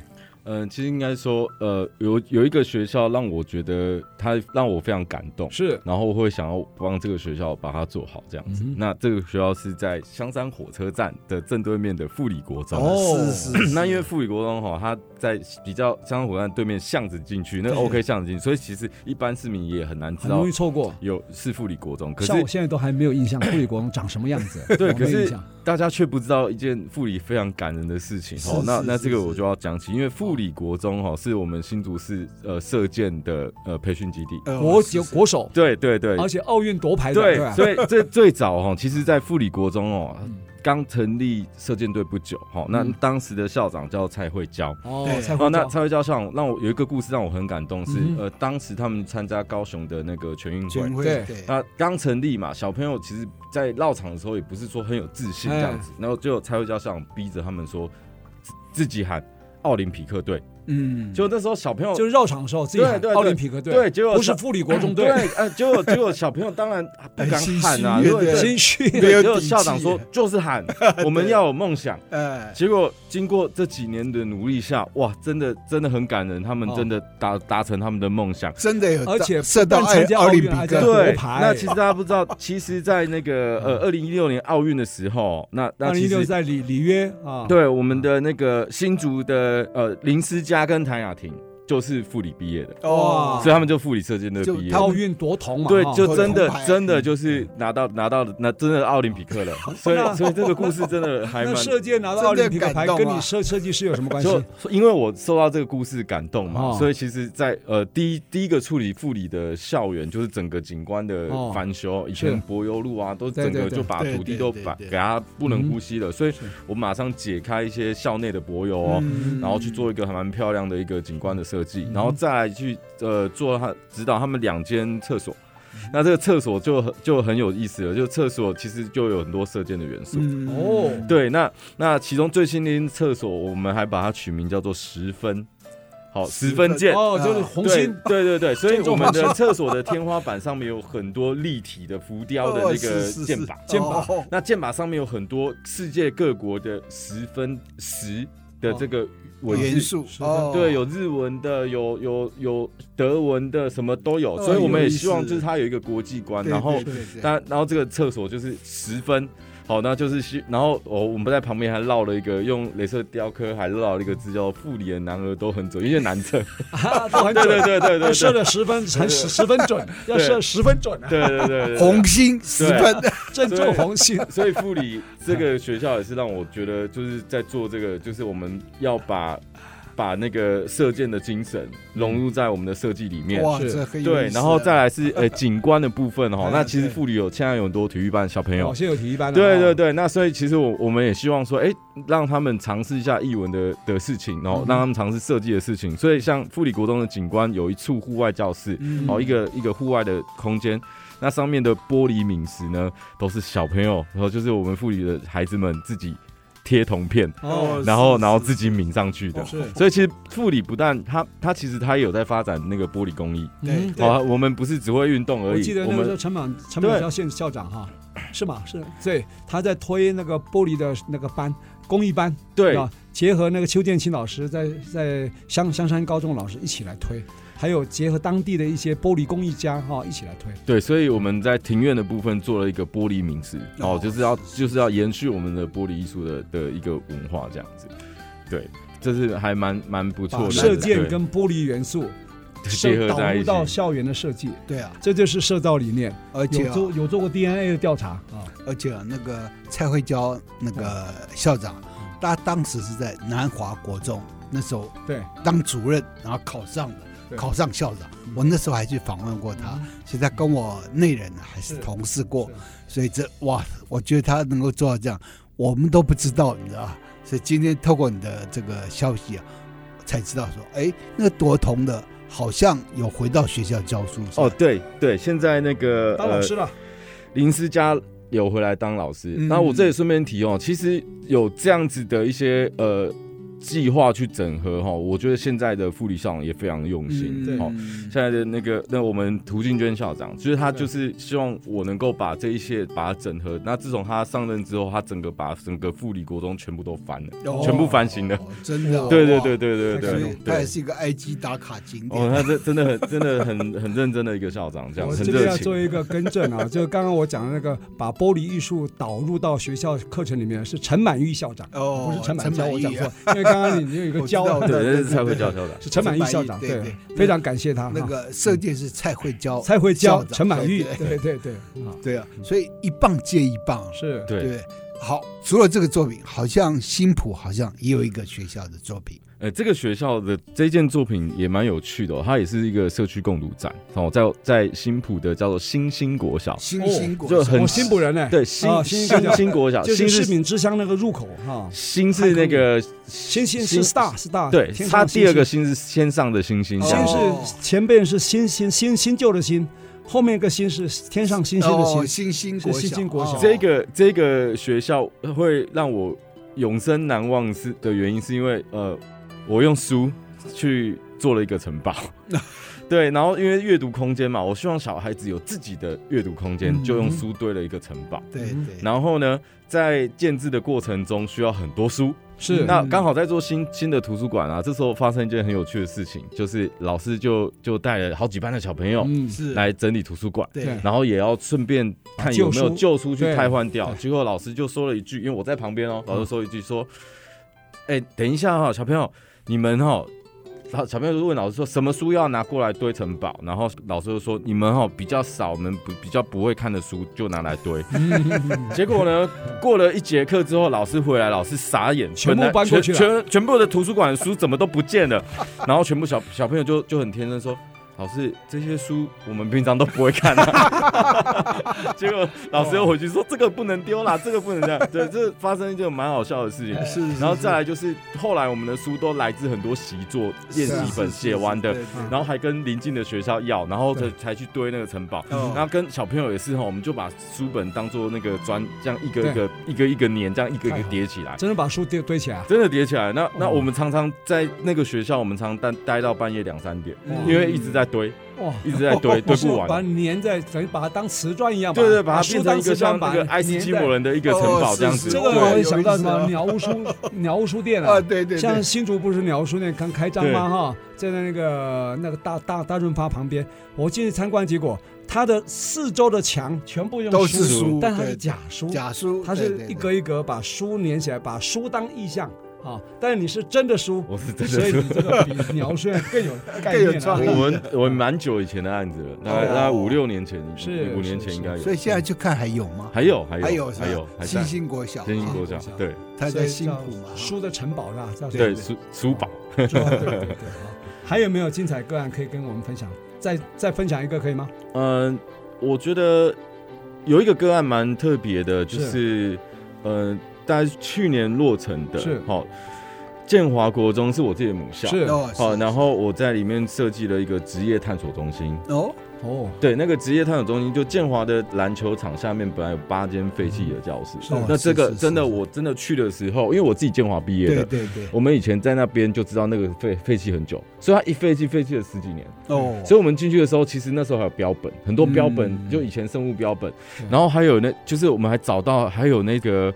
Speaker 3: 嗯、其实应该说，呃，有有一个学校让我觉得它让我非常感动，
Speaker 2: 是
Speaker 3: 然后会想要帮这个学校把它做好这样子。
Speaker 2: 嗯哼
Speaker 3: 那这个学校是在香山火车站的正对面的富里国中。
Speaker 2: 哦
Speaker 1: 是是是
Speaker 3: (coughs) 那因为富里国中哈，它在比较香山火车站对面巷子进去，那个 OK 巷子进去，所以其实一般市民也很难知
Speaker 2: 很
Speaker 3: 道
Speaker 2: 容易错过。
Speaker 3: 有是富里国中，可是
Speaker 2: 像我现在都还没有印象，富里国中长什么样子？
Speaker 3: (laughs) 对
Speaker 2: 我没有
Speaker 3: 可是
Speaker 2: 印象
Speaker 3: 大家却不知道一件富里非常感人的事情。
Speaker 1: 是
Speaker 3: 哦，那
Speaker 1: 是
Speaker 3: 那
Speaker 1: 是
Speaker 3: 这个
Speaker 1: 是
Speaker 3: 我就要讲起，因为富里国中哈、哦、是我们新竹市呃射箭的呃培训基地。
Speaker 1: 呃
Speaker 2: 国
Speaker 1: 是
Speaker 2: 有
Speaker 1: 是
Speaker 2: 国手，
Speaker 3: 对对对，
Speaker 2: 而且奥运夺牌的，
Speaker 3: 对，
Speaker 2: 吧？ (laughs)
Speaker 3: 所以这最早哈，其实，在富里国中哦
Speaker 2: 嗯，
Speaker 3: 刚成立射箭队不久哈，那
Speaker 2: 嗯
Speaker 3: 当时的校长叫蔡慧娇。
Speaker 2: 哦，
Speaker 1: 对
Speaker 2: 蔡
Speaker 3: 哦，
Speaker 2: 慧
Speaker 3: 那
Speaker 2: 娇
Speaker 3: 蔡慧娇校长让我有一个故事让我很感动，是
Speaker 2: 嗯哼
Speaker 3: 呃，当时他们参加高雄的那个全运会
Speaker 1: 全，会
Speaker 2: 对
Speaker 1: 对
Speaker 3: 那刚成立嘛，小朋友其实，在绕场的时候也不是说很有自信这样子，
Speaker 2: 哎
Speaker 3: 然后就有蔡慧娇校长逼着他们说，自自己喊奥林匹克队，
Speaker 1: 嗯，
Speaker 3: 就那时候小朋友
Speaker 2: 就是绕场的时候自己
Speaker 3: 哦对
Speaker 2: 喊
Speaker 3: 对
Speaker 2: 奥
Speaker 3: 对
Speaker 2: 林匹克队，
Speaker 3: 对结果
Speaker 2: 不是
Speaker 3: 是
Speaker 2: 富里国中
Speaker 3: 对
Speaker 2: 队，，哎
Speaker 3: 呃，结果结果小朋友当然不敢
Speaker 1: 很心
Speaker 3: 喊啊，
Speaker 1: 虚
Speaker 3: 因为
Speaker 1: 对
Speaker 2: 心虚。
Speaker 1: 没有
Speaker 3: 对，结果
Speaker 1: 底
Speaker 3: 校长
Speaker 1: 气
Speaker 3: 说就
Speaker 2: (laughs)
Speaker 3: 是喊，我们要有梦想。
Speaker 1: 哎，
Speaker 3: 结果经过这几年的努力下，哇，真的真的很感人，他们
Speaker 2: 哦
Speaker 3: 真的达达成他们的梦想。
Speaker 1: 真的有到，
Speaker 2: 而且
Speaker 1: 射到
Speaker 2: 不但
Speaker 1: 爱
Speaker 2: 参加
Speaker 1: 奥
Speaker 2: 奥
Speaker 1: 林
Speaker 2: 运还
Speaker 1: 匹
Speaker 2: 在
Speaker 1: 克，
Speaker 3: 对
Speaker 2: 夺，牌
Speaker 3: 那其实大家不知道，其实，在那个呃二零一六年奥运的时候，那那
Speaker 2: (laughs) 二零
Speaker 3: 其
Speaker 2: 一六
Speaker 3: 实
Speaker 2: 在里里约啊，
Speaker 3: 对我们的那个新竹的呃林思佳跟谭雅婷就是护理毕业
Speaker 2: 哦
Speaker 3: 的，
Speaker 2: 哇
Speaker 3: 所以他们就护理射箭队
Speaker 1: 就
Speaker 3: 毕业
Speaker 1: 他们
Speaker 3: 的。
Speaker 2: 奥运夺铜嘛，啊
Speaker 3: 对，
Speaker 2: 哈
Speaker 3: 就真的
Speaker 1: 铜牌
Speaker 3: 真
Speaker 2: 嗯
Speaker 3: 的就是拿到拿到那真的奥林匹克了，所以所以这个故事真的还
Speaker 2: 啊 (laughs) 那
Speaker 3: 蛮
Speaker 2: 射箭拿到奥林匹克
Speaker 1: 真的
Speaker 2: 牌，
Speaker 1: 感动啊
Speaker 2: 跟你设设计师有什么关系？
Speaker 3: 就因为我受到这个故事感动嘛，
Speaker 2: 哦
Speaker 3: 所以其实在，呃第一第一个处理护理的校园，就是整个景观的
Speaker 2: 哦
Speaker 3: 翻修，以
Speaker 2: 是
Speaker 3: 前柏油路啊，都整
Speaker 2: 对对
Speaker 3: 个
Speaker 2: 对嗯
Speaker 3: 就把
Speaker 1: 对
Speaker 3: 土地
Speaker 1: 对
Speaker 3: 都
Speaker 1: 对
Speaker 3: 把
Speaker 1: 对
Speaker 3: 给它不能呼吸了，所以
Speaker 2: 是
Speaker 3: 我马上解开一些校内的柏油哦。
Speaker 1: 嗯
Speaker 3: 然后去做一个还蛮漂亮的一个景观的设
Speaker 2: 嗯
Speaker 3: 计，然后再来去呃做他指导他们两间厕所，那这个厕所就很就很有意思了，就厕所其实就有很多射箭的元素，
Speaker 1: 嗯
Speaker 2: 哦，
Speaker 3: 对，那那其中最新的一间厕所，我们还把它取名叫做十分，好，十分
Speaker 1: 分
Speaker 3: 键。
Speaker 2: 哦，就是红
Speaker 3: 对啊
Speaker 2: 心
Speaker 3: 对对对，所以
Speaker 2: 建筑
Speaker 3: 我们
Speaker 2: 红
Speaker 3: 的厕所的天花板上面有很多立体的浮雕的那个箭靶，
Speaker 2: 箭靶
Speaker 1: 哦
Speaker 3: 那箭靶上面有很多世界各国的十分十的这个文
Speaker 1: 哦元
Speaker 3: 字，
Speaker 1: 素
Speaker 2: 是
Speaker 1: 哦，
Speaker 3: 对，有日文的，有有有德文的，什么都有，
Speaker 1: 哦
Speaker 3: 所以我们
Speaker 1: 有
Speaker 3: 也
Speaker 1: 意思
Speaker 3: 希望就是它有一个国际观，
Speaker 1: 对，
Speaker 3: 然后
Speaker 1: 对对对
Speaker 3: 但然后这个厕所就是十分好，那就是需然后哦，我们在旁边还绕了一个用镭射雕刻，还绕了一个字叫“富里的男儿都很准”，因为男厕。
Speaker 2: 啊，都很
Speaker 3: (laughs) 对对
Speaker 2: 准，
Speaker 3: 对对对 (laughs)
Speaker 2: 要射
Speaker 3: 对
Speaker 2: 的十分，才十十分
Speaker 3: (laughs)
Speaker 2: 准，要
Speaker 3: 对
Speaker 2: 射十分准 (laughs) 啊，
Speaker 3: 对对对对，
Speaker 1: 红心十分，
Speaker 2: 正中红
Speaker 3: (laughs)
Speaker 2: 心。
Speaker 3: 所以富里这个学校也是让我觉得，就是在做这个，就是我们要把把那个射箭的精神融入在我们的设计里面。
Speaker 1: 哇，
Speaker 2: 是
Speaker 1: 这很有
Speaker 3: 对
Speaker 1: 意，思
Speaker 3: 然后
Speaker 1: 啊
Speaker 3: 再来是呃景观的部 (laughs) 分哈
Speaker 1: 哎，
Speaker 3: 那其实
Speaker 1: 对
Speaker 3: 富里有现在有很多体育班小朋友
Speaker 2: 哦，，现在有体育班了，
Speaker 3: 对
Speaker 2: 哦
Speaker 3: 对，对，那所以其实我我们也希望说，哎、让他们尝试一下译文的的事情，然后
Speaker 2: 嗯
Speaker 3: 让他们尝试设计的事情。所以像富里国中的景观有一处户外教室，
Speaker 1: 嗯
Speaker 3: 哦，一个一个户外的空间，那上面的玻璃抿石呢，都是小朋友，然后就是我们富里的孩子们自己贴铜片，
Speaker 2: 哦，
Speaker 3: 然后
Speaker 1: 是
Speaker 3: 然后
Speaker 1: 是
Speaker 3: 自己抿上
Speaker 1: 哦
Speaker 3: 去的。
Speaker 2: 是，
Speaker 3: 所以其实富里不但它它其实它也有在发展那个玻璃工艺，
Speaker 1: 对
Speaker 2: 嗯
Speaker 3: 哦，我们不是只会运动而已，
Speaker 2: 我记得那个时候
Speaker 3: 们
Speaker 2: 陈满陈满教县校长哈，是吗？是，对，他在推那个玻璃的那个班，公益班，
Speaker 3: 对
Speaker 2: 吧？结合那个邱建清老师在在香香山高中老师一起来推，还有结合当地的一些玻璃工艺家哈、一起来推。
Speaker 3: 对，所以我们在庭院的部分做了一个玻璃名词，
Speaker 1: 哦
Speaker 3: 哦，就是要
Speaker 1: 是是
Speaker 3: 就是要延续我们的玻璃艺术的的一个文化这样子，对，这是还蛮蛮不错
Speaker 2: 把
Speaker 3: 的，
Speaker 2: 射箭
Speaker 3: 对
Speaker 2: 跟玻璃元素
Speaker 3: 对
Speaker 2: 设
Speaker 3: (laughs) 结合
Speaker 2: 导
Speaker 3: 在
Speaker 2: 入
Speaker 3: 一
Speaker 2: 到
Speaker 3: 起，
Speaker 2: 校园的设计，
Speaker 1: 对啊，
Speaker 2: 这就是社造理念。
Speaker 1: 而且
Speaker 2: 有
Speaker 1: 啊
Speaker 2: 做有做过 DNA 的调查啊，
Speaker 1: 而且啊那个蔡慧娇那个
Speaker 2: 嗯
Speaker 1: 校长，他当时是在南华国中，那时候
Speaker 2: 对，
Speaker 1: 当主任，然后考上了，
Speaker 2: 对嗯
Speaker 1: 考上校长。我那时候还去访问过他，所以他跟我内人啊还是同事过，所以这哇，我觉得他能够做到这样，我们都不知道，你知道吧？所以今天透过你的这个消息啊，才知道说，哎，那个夺铜的好像有回到学校教书。
Speaker 3: 哦，，对对，现在那个
Speaker 2: 当老师
Speaker 3: 呃、
Speaker 2: 了，
Speaker 3: 林思佳有回来当老师。
Speaker 2: 嗯
Speaker 3: 那我这里顺便提哦，其实有这样子的一些呃计划去整合哈、哦，我觉得现在的副理校长也非常用心。
Speaker 2: 嗯对
Speaker 3: 哦，现在的那个，那我们涂静娟校长，就是他
Speaker 2: 对
Speaker 3: 就是希望我能够把这一切把它整合。那自从他上任之后，他整个把整个富理国中全部都翻了，
Speaker 2: 哦
Speaker 3: 全部翻新了。
Speaker 1: 哦，真的、哦，
Speaker 3: 对对对对对
Speaker 1: 所
Speaker 3: 对
Speaker 1: 以
Speaker 3: 对
Speaker 1: 他也
Speaker 3: 对。
Speaker 1: 是一个 IG 打卡景点。
Speaker 3: 哦，他这真的很真的很很认真的一个校长，这样
Speaker 2: 我
Speaker 3: 很
Speaker 2: 这边
Speaker 3: 热
Speaker 2: 要
Speaker 3: 情
Speaker 2: 做。一个更正
Speaker 3: (laughs)
Speaker 2: 啊，就刚刚我讲的那个把玻璃艺术导入到学校课程里面是陈满玉校长，
Speaker 1: 哦
Speaker 2: 不是陈满教，我
Speaker 1: 陈满
Speaker 2: 讲
Speaker 1: 玉
Speaker 2: 错
Speaker 1: 啊，
Speaker 2: 因为刚刚你 (laughs) 你有一个教
Speaker 1: (laughs) 我知道我知道
Speaker 3: 对，这是蔡慧教校长。
Speaker 2: 是陈满玉校长，
Speaker 1: 对对
Speaker 2: 对
Speaker 1: 对，
Speaker 2: 非常感谢他。
Speaker 1: 那
Speaker 2: 哈
Speaker 1: 个射箭是蔡慧娇，
Speaker 2: 蔡慧
Speaker 1: 校
Speaker 2: 娇、
Speaker 1: 长
Speaker 2: 陈满玉
Speaker 1: 对，
Speaker 2: 对对对，啊，
Speaker 1: 对啊，所以一棒接一棒啊，
Speaker 2: 是，
Speaker 3: 嗯对
Speaker 1: 对。好，除了这个作品，好像新浦好像也有一个学校的作品，
Speaker 3: 呃，这个学校的这件作品也蛮有趣的、哦，它也是一个社区共读展哦，在在新浦的叫做新兴国小，
Speaker 1: 新兴国
Speaker 3: 就很
Speaker 2: 我哦新浦人呢，
Speaker 3: 对新
Speaker 2: 哦新兴国
Speaker 3: 新
Speaker 2: 小
Speaker 3: 新国小，
Speaker 2: 就是
Speaker 3: 新
Speaker 2: 市民之乡那个入口哈，
Speaker 3: 新是那个
Speaker 2: 星星是 star star，
Speaker 3: 对，
Speaker 2: 天
Speaker 3: 他
Speaker 2: 上
Speaker 3: 第二个
Speaker 2: 啊星
Speaker 3: 星是先上的星星，
Speaker 1: 哦
Speaker 3: 这样
Speaker 2: 星
Speaker 3: 子
Speaker 1: 哦
Speaker 2: 是前边是新新新新旧的新，后面一个新是天上星星的
Speaker 1: 哦，新
Speaker 2: 星，
Speaker 1: 兴国小，
Speaker 2: 是新兴国小
Speaker 1: 哦
Speaker 3: 这个这个学校会让我永生难忘是的原因，是因为呃，我用书去做了一
Speaker 2: (laughs)
Speaker 3: 个城堡。对，然后因为阅读空间嘛，我希望小孩子有自己的阅读空间，
Speaker 2: 嗯
Speaker 3: 就用书堆了一个城堡。
Speaker 1: 对对，
Speaker 3: 然后呢，在建制的过程中需要很多书，
Speaker 2: 是嗯
Speaker 3: 那刚好在做新新的图书馆啊，这时候发生一件很有趣的事情，就是老师就就带了好几班的小朋友
Speaker 2: 嗯
Speaker 1: 是
Speaker 3: 来整理图书馆。
Speaker 1: 对
Speaker 2: 对
Speaker 3: 然后也要顺便看有没
Speaker 2: 旧
Speaker 3: 有
Speaker 2: 书
Speaker 3: 旧书去
Speaker 2: 对
Speaker 3: 汰换掉。
Speaker 2: 对嗯
Speaker 3: 结果老师就说了一句，因为我在旁边哦，老师说一句说：“哎、等一下哈、小朋友，你们哈、哦。”然后小朋友就问老师说：“什么书要拿过来堆城堡？”然后老师就说：“你们哈、哦、比较少，我们不比较不会看的书就拿来
Speaker 2: (laughs)
Speaker 3: 堆。”结果呢，过了一节课之后，老师回来，老师傻眼，
Speaker 2: 全部
Speaker 3: 本来
Speaker 2: 搬过去了
Speaker 3: 全全全部的图书馆的书怎么都不见了。然后全部小小朋友就就很天真说：“老师，这些书我们平常都不会看啊。”
Speaker 1: (laughs)
Speaker 3: 结果老师又回去说：“这个不能丢啦，这个不能这样。”对，这发生一件蛮好笑的事情。
Speaker 1: 是，
Speaker 3: 然后再来就是后来我们的书都来自很多习作、练
Speaker 1: 啊
Speaker 3: 习本写完的，
Speaker 1: 然
Speaker 3: 然后还跟邻近的学校要，然后才
Speaker 2: 对
Speaker 3: 才去堆那个城堡。
Speaker 1: 哦
Speaker 3: 然后跟小朋友也是哈，我们就把书本当做那个砖，这样一个一个一个一个粘，这样一个一个叠起来。
Speaker 2: 真的把书堆堆起来，啊
Speaker 3: 真的叠起来，那那
Speaker 2: 哦
Speaker 3: 我们常常在那个学校，我们常待待到半夜两三点，
Speaker 2: 哇
Speaker 1: 嗯
Speaker 3: 因为一直在堆，
Speaker 2: 哇，
Speaker 3: 一直在
Speaker 2: (laughs)
Speaker 3: 堆，堆不
Speaker 2: 把
Speaker 3: 完。
Speaker 2: 它粘在等于把它当瓷砖一样，
Speaker 3: 对对，把它
Speaker 2: 书
Speaker 3: 变成
Speaker 2: 当
Speaker 3: 一个
Speaker 2: 瓷砖
Speaker 3: 像那
Speaker 2: 把
Speaker 3: 个
Speaker 2: 它
Speaker 3: 爱斯
Speaker 2: 粘
Speaker 3: 基
Speaker 2: 在
Speaker 3: 摩人的一个城堡这样子。
Speaker 1: 哦
Speaker 2: 这
Speaker 1: 是
Speaker 2: 个
Speaker 1: 对
Speaker 2: 我
Speaker 1: 有
Speaker 2: 也
Speaker 1: 意
Speaker 2: 想到什
Speaker 1: 思啊
Speaker 2: 么鸟屋书 (laughs) 鸟屋书店
Speaker 1: 啊，对对，
Speaker 2: 像
Speaker 1: 对
Speaker 2: 新竹不是鸟屋书店刚开张吗？哈，在那个那个大大大润发旁边，我进去参观，结果它的四周的墙全部用
Speaker 1: 都是
Speaker 2: 书，
Speaker 1: 书，
Speaker 2: 但它
Speaker 1: 对
Speaker 2: 是假书，
Speaker 1: 假书，
Speaker 2: 它
Speaker 1: 对
Speaker 2: 是
Speaker 1: 对对
Speaker 2: 一格一格把书粘起来，把书当意象啊。但是你是真的书，
Speaker 3: 我是真
Speaker 2: 所
Speaker 3: 的
Speaker 2: 以
Speaker 3: 说
Speaker 2: 你，这个比鸟屋书店更有概
Speaker 1: 更有
Speaker 2: 念
Speaker 1: 创
Speaker 2: 啊
Speaker 1: 意。
Speaker 3: 我们我们蛮久以前的案子了，大概
Speaker 1: 哦
Speaker 3: 大概五六年前，
Speaker 2: 是
Speaker 3: 五年前
Speaker 2: 是
Speaker 3: 应该有。嗯
Speaker 1: 所以现在去看还有吗？
Speaker 3: 还有还有
Speaker 1: 还有是吧
Speaker 3: 还有还在
Speaker 1: 新兴国小，
Speaker 3: 天星国
Speaker 1: 啊
Speaker 3: 小
Speaker 2: 啊，
Speaker 3: 对
Speaker 1: 他
Speaker 2: 所以
Speaker 1: 在新
Speaker 2: 叫
Speaker 1: 浦嘛，
Speaker 2: 书的城堡啦，叫什么
Speaker 3: 对书书宝。
Speaker 2: 对对对对啊还有没有精彩个案可以跟我们分享？再再分享一个可以吗？
Speaker 3: 嗯，我觉得有一个个案蛮特别的，就是呃，大概是去年落成的，
Speaker 2: 是
Speaker 3: 好，建华国中是我自己的母校，
Speaker 2: 是
Speaker 1: 哦
Speaker 3: 好，
Speaker 1: 是
Speaker 3: 然后我在里面设计了一个职业探索中心。
Speaker 1: 哦，
Speaker 2: 哦，
Speaker 3: 对，那个职业探索中心，就建华的篮球场下面本来有八间废弃的教室。
Speaker 2: 是
Speaker 1: 哦
Speaker 3: 那这
Speaker 1: 是
Speaker 3: 个
Speaker 1: 是是
Speaker 3: 真的，
Speaker 1: 是
Speaker 3: 我真的去的时候，因为我自己建华毕业
Speaker 1: 对
Speaker 3: 的，
Speaker 1: 对对，
Speaker 3: 我们以前在那边就知道那个废废弃很久，所以它一废弃废弃了十几年。
Speaker 1: 哦，
Speaker 3: 所以我们进去的时候，其实那时候还有标本，很多标本，
Speaker 2: 嗯
Speaker 3: 就以前生物标本
Speaker 2: 对，
Speaker 3: 然后还有那，就是我们还找到还有那个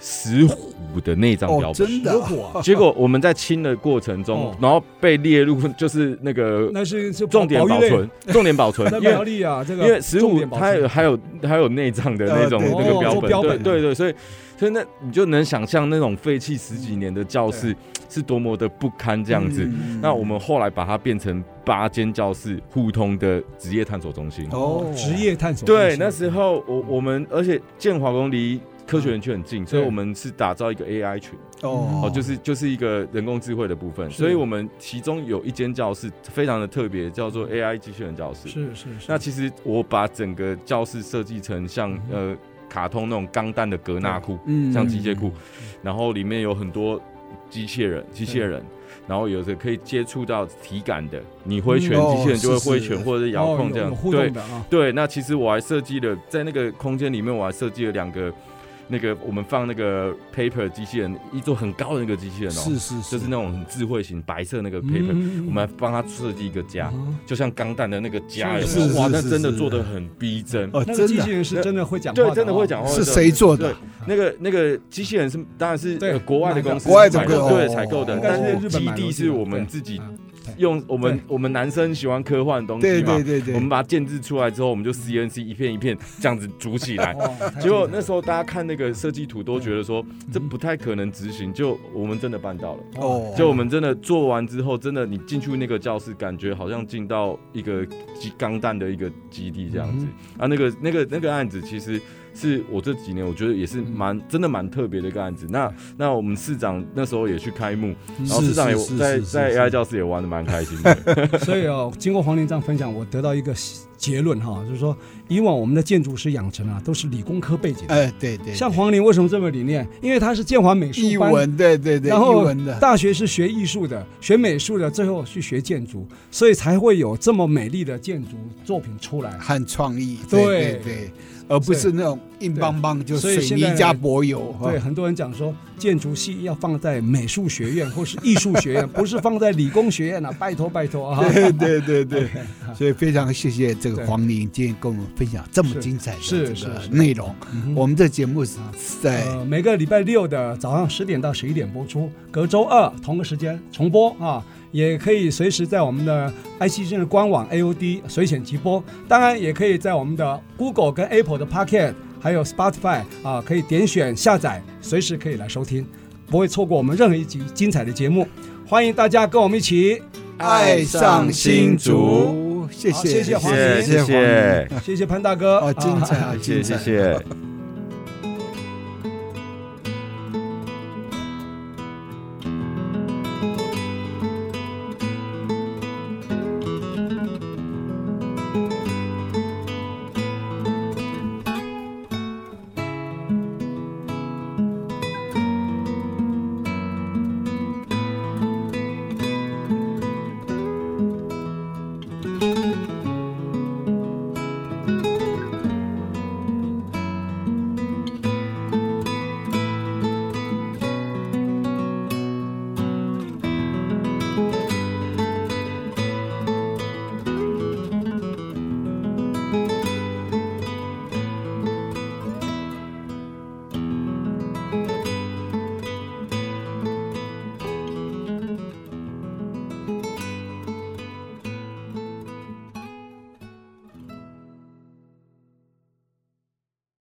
Speaker 3: 石虎的那张标
Speaker 1: 哦，
Speaker 3: 本。
Speaker 1: 真的
Speaker 2: 如
Speaker 1: 啊，
Speaker 2: 果
Speaker 3: 结果我们在清的过程中，
Speaker 2: 哦
Speaker 3: 然后被列入就是那个
Speaker 2: 那是是
Speaker 3: 重点
Speaker 2: 保
Speaker 3: 保
Speaker 2: 育类
Speaker 3: 存，重点保存
Speaker 2: (laughs) 那，
Speaker 3: 因
Speaker 2: 苗
Speaker 3: 为
Speaker 2: 栗啊，这个
Speaker 3: 因为石
Speaker 2: 重
Speaker 3: 虎
Speaker 2: 点保
Speaker 3: 它
Speaker 2: 存
Speaker 3: 有还有还有内脏的那种
Speaker 1: 呃对
Speaker 3: 那个
Speaker 2: 对
Speaker 3: 标
Speaker 2: 做
Speaker 3: 本，
Speaker 2: 标
Speaker 3: 对
Speaker 2: 本
Speaker 3: 对对，所以所以那你就能想象那种废弃十几年的教室是多么的不堪这样子。
Speaker 1: 嗯
Speaker 3: 那我们后来把它变成八间教室互通的职业探索中心。
Speaker 1: 哦
Speaker 2: 职业探索中
Speaker 3: 对，
Speaker 2: 心
Speaker 3: 那时候我我们，而且建华宫离科学园区很近，所以
Speaker 2: 嗯对
Speaker 3: 我们是打造一个 AI 群，
Speaker 1: 哦
Speaker 3: 哦，就是就是一个人工智慧的部分。
Speaker 2: 是
Speaker 3: 所以我们其中有一间教室非常的特别，叫做 AI 机器人教室。
Speaker 2: 嗯是是是，
Speaker 3: 那其实我把整个教室设计成像呃卡通那种钢弹的格纳库，
Speaker 1: 嗯
Speaker 3: 像机械库，然后里面有很多机器人，机器人，然后有的可以接触到体感的，你挥拳，机器人就会挥
Speaker 1: 嗯哦是
Speaker 3: 拳
Speaker 1: 是
Speaker 3: 或者是遥控这
Speaker 2: 哦有有
Speaker 3: 样，
Speaker 2: 互
Speaker 3: 对
Speaker 2: 动的啊，
Speaker 3: 对。那其实我还设计了，在那个空间里面，我还设计了两个，那个我们放那个 paper 机器人，一座很高的那个机器人哦，
Speaker 1: 是嗯是
Speaker 3: 就是那种很智慧型白色那个
Speaker 2: 嗯
Speaker 3: paper，、我们还帮他设计一个家，
Speaker 2: 哦
Speaker 3: 就像钢弹的那个家，有
Speaker 2: 是
Speaker 3: 没有
Speaker 1: 是
Speaker 3: 哇，
Speaker 1: 是
Speaker 3: 那
Speaker 1: 是
Speaker 3: 真的
Speaker 1: 是
Speaker 3: 做的很逼真。
Speaker 1: 哦，
Speaker 2: 那
Speaker 1: 真
Speaker 2: 个机器
Speaker 1: 的
Speaker 2: 人是真的会讲话
Speaker 3: 对
Speaker 2: 的，，啊哦
Speaker 3: 真的会讲话。
Speaker 1: 是谁做的？
Speaker 3: 那个那个机器人是当然是
Speaker 2: 对
Speaker 3: 呃国外的公司
Speaker 1: 国外的
Speaker 3: 采购
Speaker 1: 公司
Speaker 3: 对
Speaker 1: 哦
Speaker 3: 采购的
Speaker 2: 应，该是日
Speaker 3: 但是
Speaker 2: 本
Speaker 3: 基
Speaker 2: 买的
Speaker 3: 地是我们
Speaker 2: 对
Speaker 3: 自己
Speaker 2: 啊
Speaker 3: 用我们
Speaker 2: 对
Speaker 3: 我们男生喜欢科幻的东
Speaker 1: 对
Speaker 3: 西嘛
Speaker 1: 对，对对，
Speaker 3: 我们把它建制出来之后，我们就 CNC 一片
Speaker 2: (laughs)
Speaker 3: 一片这样子组起 (laughs) 来。
Speaker 2: 哦太
Speaker 3: 结果
Speaker 2: 精彩
Speaker 3: 那时候大家看那个设计图都觉得说
Speaker 2: 嗯
Speaker 3: 这不太可能执行，就我们真的办到了。
Speaker 1: 哦，
Speaker 3: 就我们真的做完之后，真的你进去那个教室，感觉好像进到一个机钢弹的一个基地
Speaker 1: 嗯
Speaker 3: 这样子。啊，那个那个那个案子，其实是我这几年我觉得也是蛮真的蛮特别的一个案子。那那我们市长那时候也去开幕，然后
Speaker 1: 是
Speaker 3: 市长也
Speaker 1: 嗯是是
Speaker 3: 在
Speaker 1: 是
Speaker 3: 在
Speaker 1: 是
Speaker 3: AI 教室也玩的蛮开心的。
Speaker 2: 所以哦，经过黄连这样分享，我得到一个结论哈，就是说，以往我们的建筑师养成啊，都是理工科背景。
Speaker 1: 哎，对对，对
Speaker 2: 像黄连为什么这么理念？因为他是建华美术
Speaker 1: 译
Speaker 2: 班，
Speaker 1: 文，对对对，
Speaker 2: 然
Speaker 1: 译
Speaker 2: 后
Speaker 1: 文的，
Speaker 2: 大学是学艺术的，学美术的，最后去学建筑，所以才会有这么美丽的建筑作品出来。
Speaker 1: 和创意，
Speaker 2: 对
Speaker 1: 对对对，而不是那种硬邦邦就
Speaker 2: 所以
Speaker 1: 水
Speaker 2: 现
Speaker 1: 泥
Speaker 2: 在
Speaker 1: 加柏油，哈 (laughs)
Speaker 2: 对，很多人讲说，建筑系要放在美术学院或是艺术学院，不是放在理工学院啊！拜托拜托啊！
Speaker 1: (laughs) 对对对对，
Speaker 2: OK，好
Speaker 1: 所以非常谢谢这
Speaker 2: 对
Speaker 1: 个黄玲今天跟我们分享这么精彩的
Speaker 2: 是
Speaker 1: 这
Speaker 2: 是
Speaker 1: 个
Speaker 2: 是
Speaker 1: 内容。
Speaker 2: 嗯哼
Speaker 1: 我们这节目是在
Speaker 2: 呃，每个礼拜六的早上十点到十一点播出，隔周二同个时间重播啊，也可以随时在我们的 IC 之声的官网 AOD 随选直播，当然也可以在我们的 Google 跟 Apple 的 Pocket，还有 Spotify 啊，可以点选下载，随时可以来收听，不会错过我们任何一集精彩的节目。欢迎大家跟我们一起，
Speaker 1: 爱上新竹，谢 (laughs)
Speaker 2: 好
Speaker 1: 谢
Speaker 2: 谢谢黄
Speaker 3: 谢
Speaker 2: 玲
Speaker 3: 谢
Speaker 1: 黄玲
Speaker 3: 谢，
Speaker 2: 谢谢潘大哥，
Speaker 1: 好精彩
Speaker 2: 啊
Speaker 1: 啊，
Speaker 3: 谢谢
Speaker 1: 精彩
Speaker 3: 谢谢。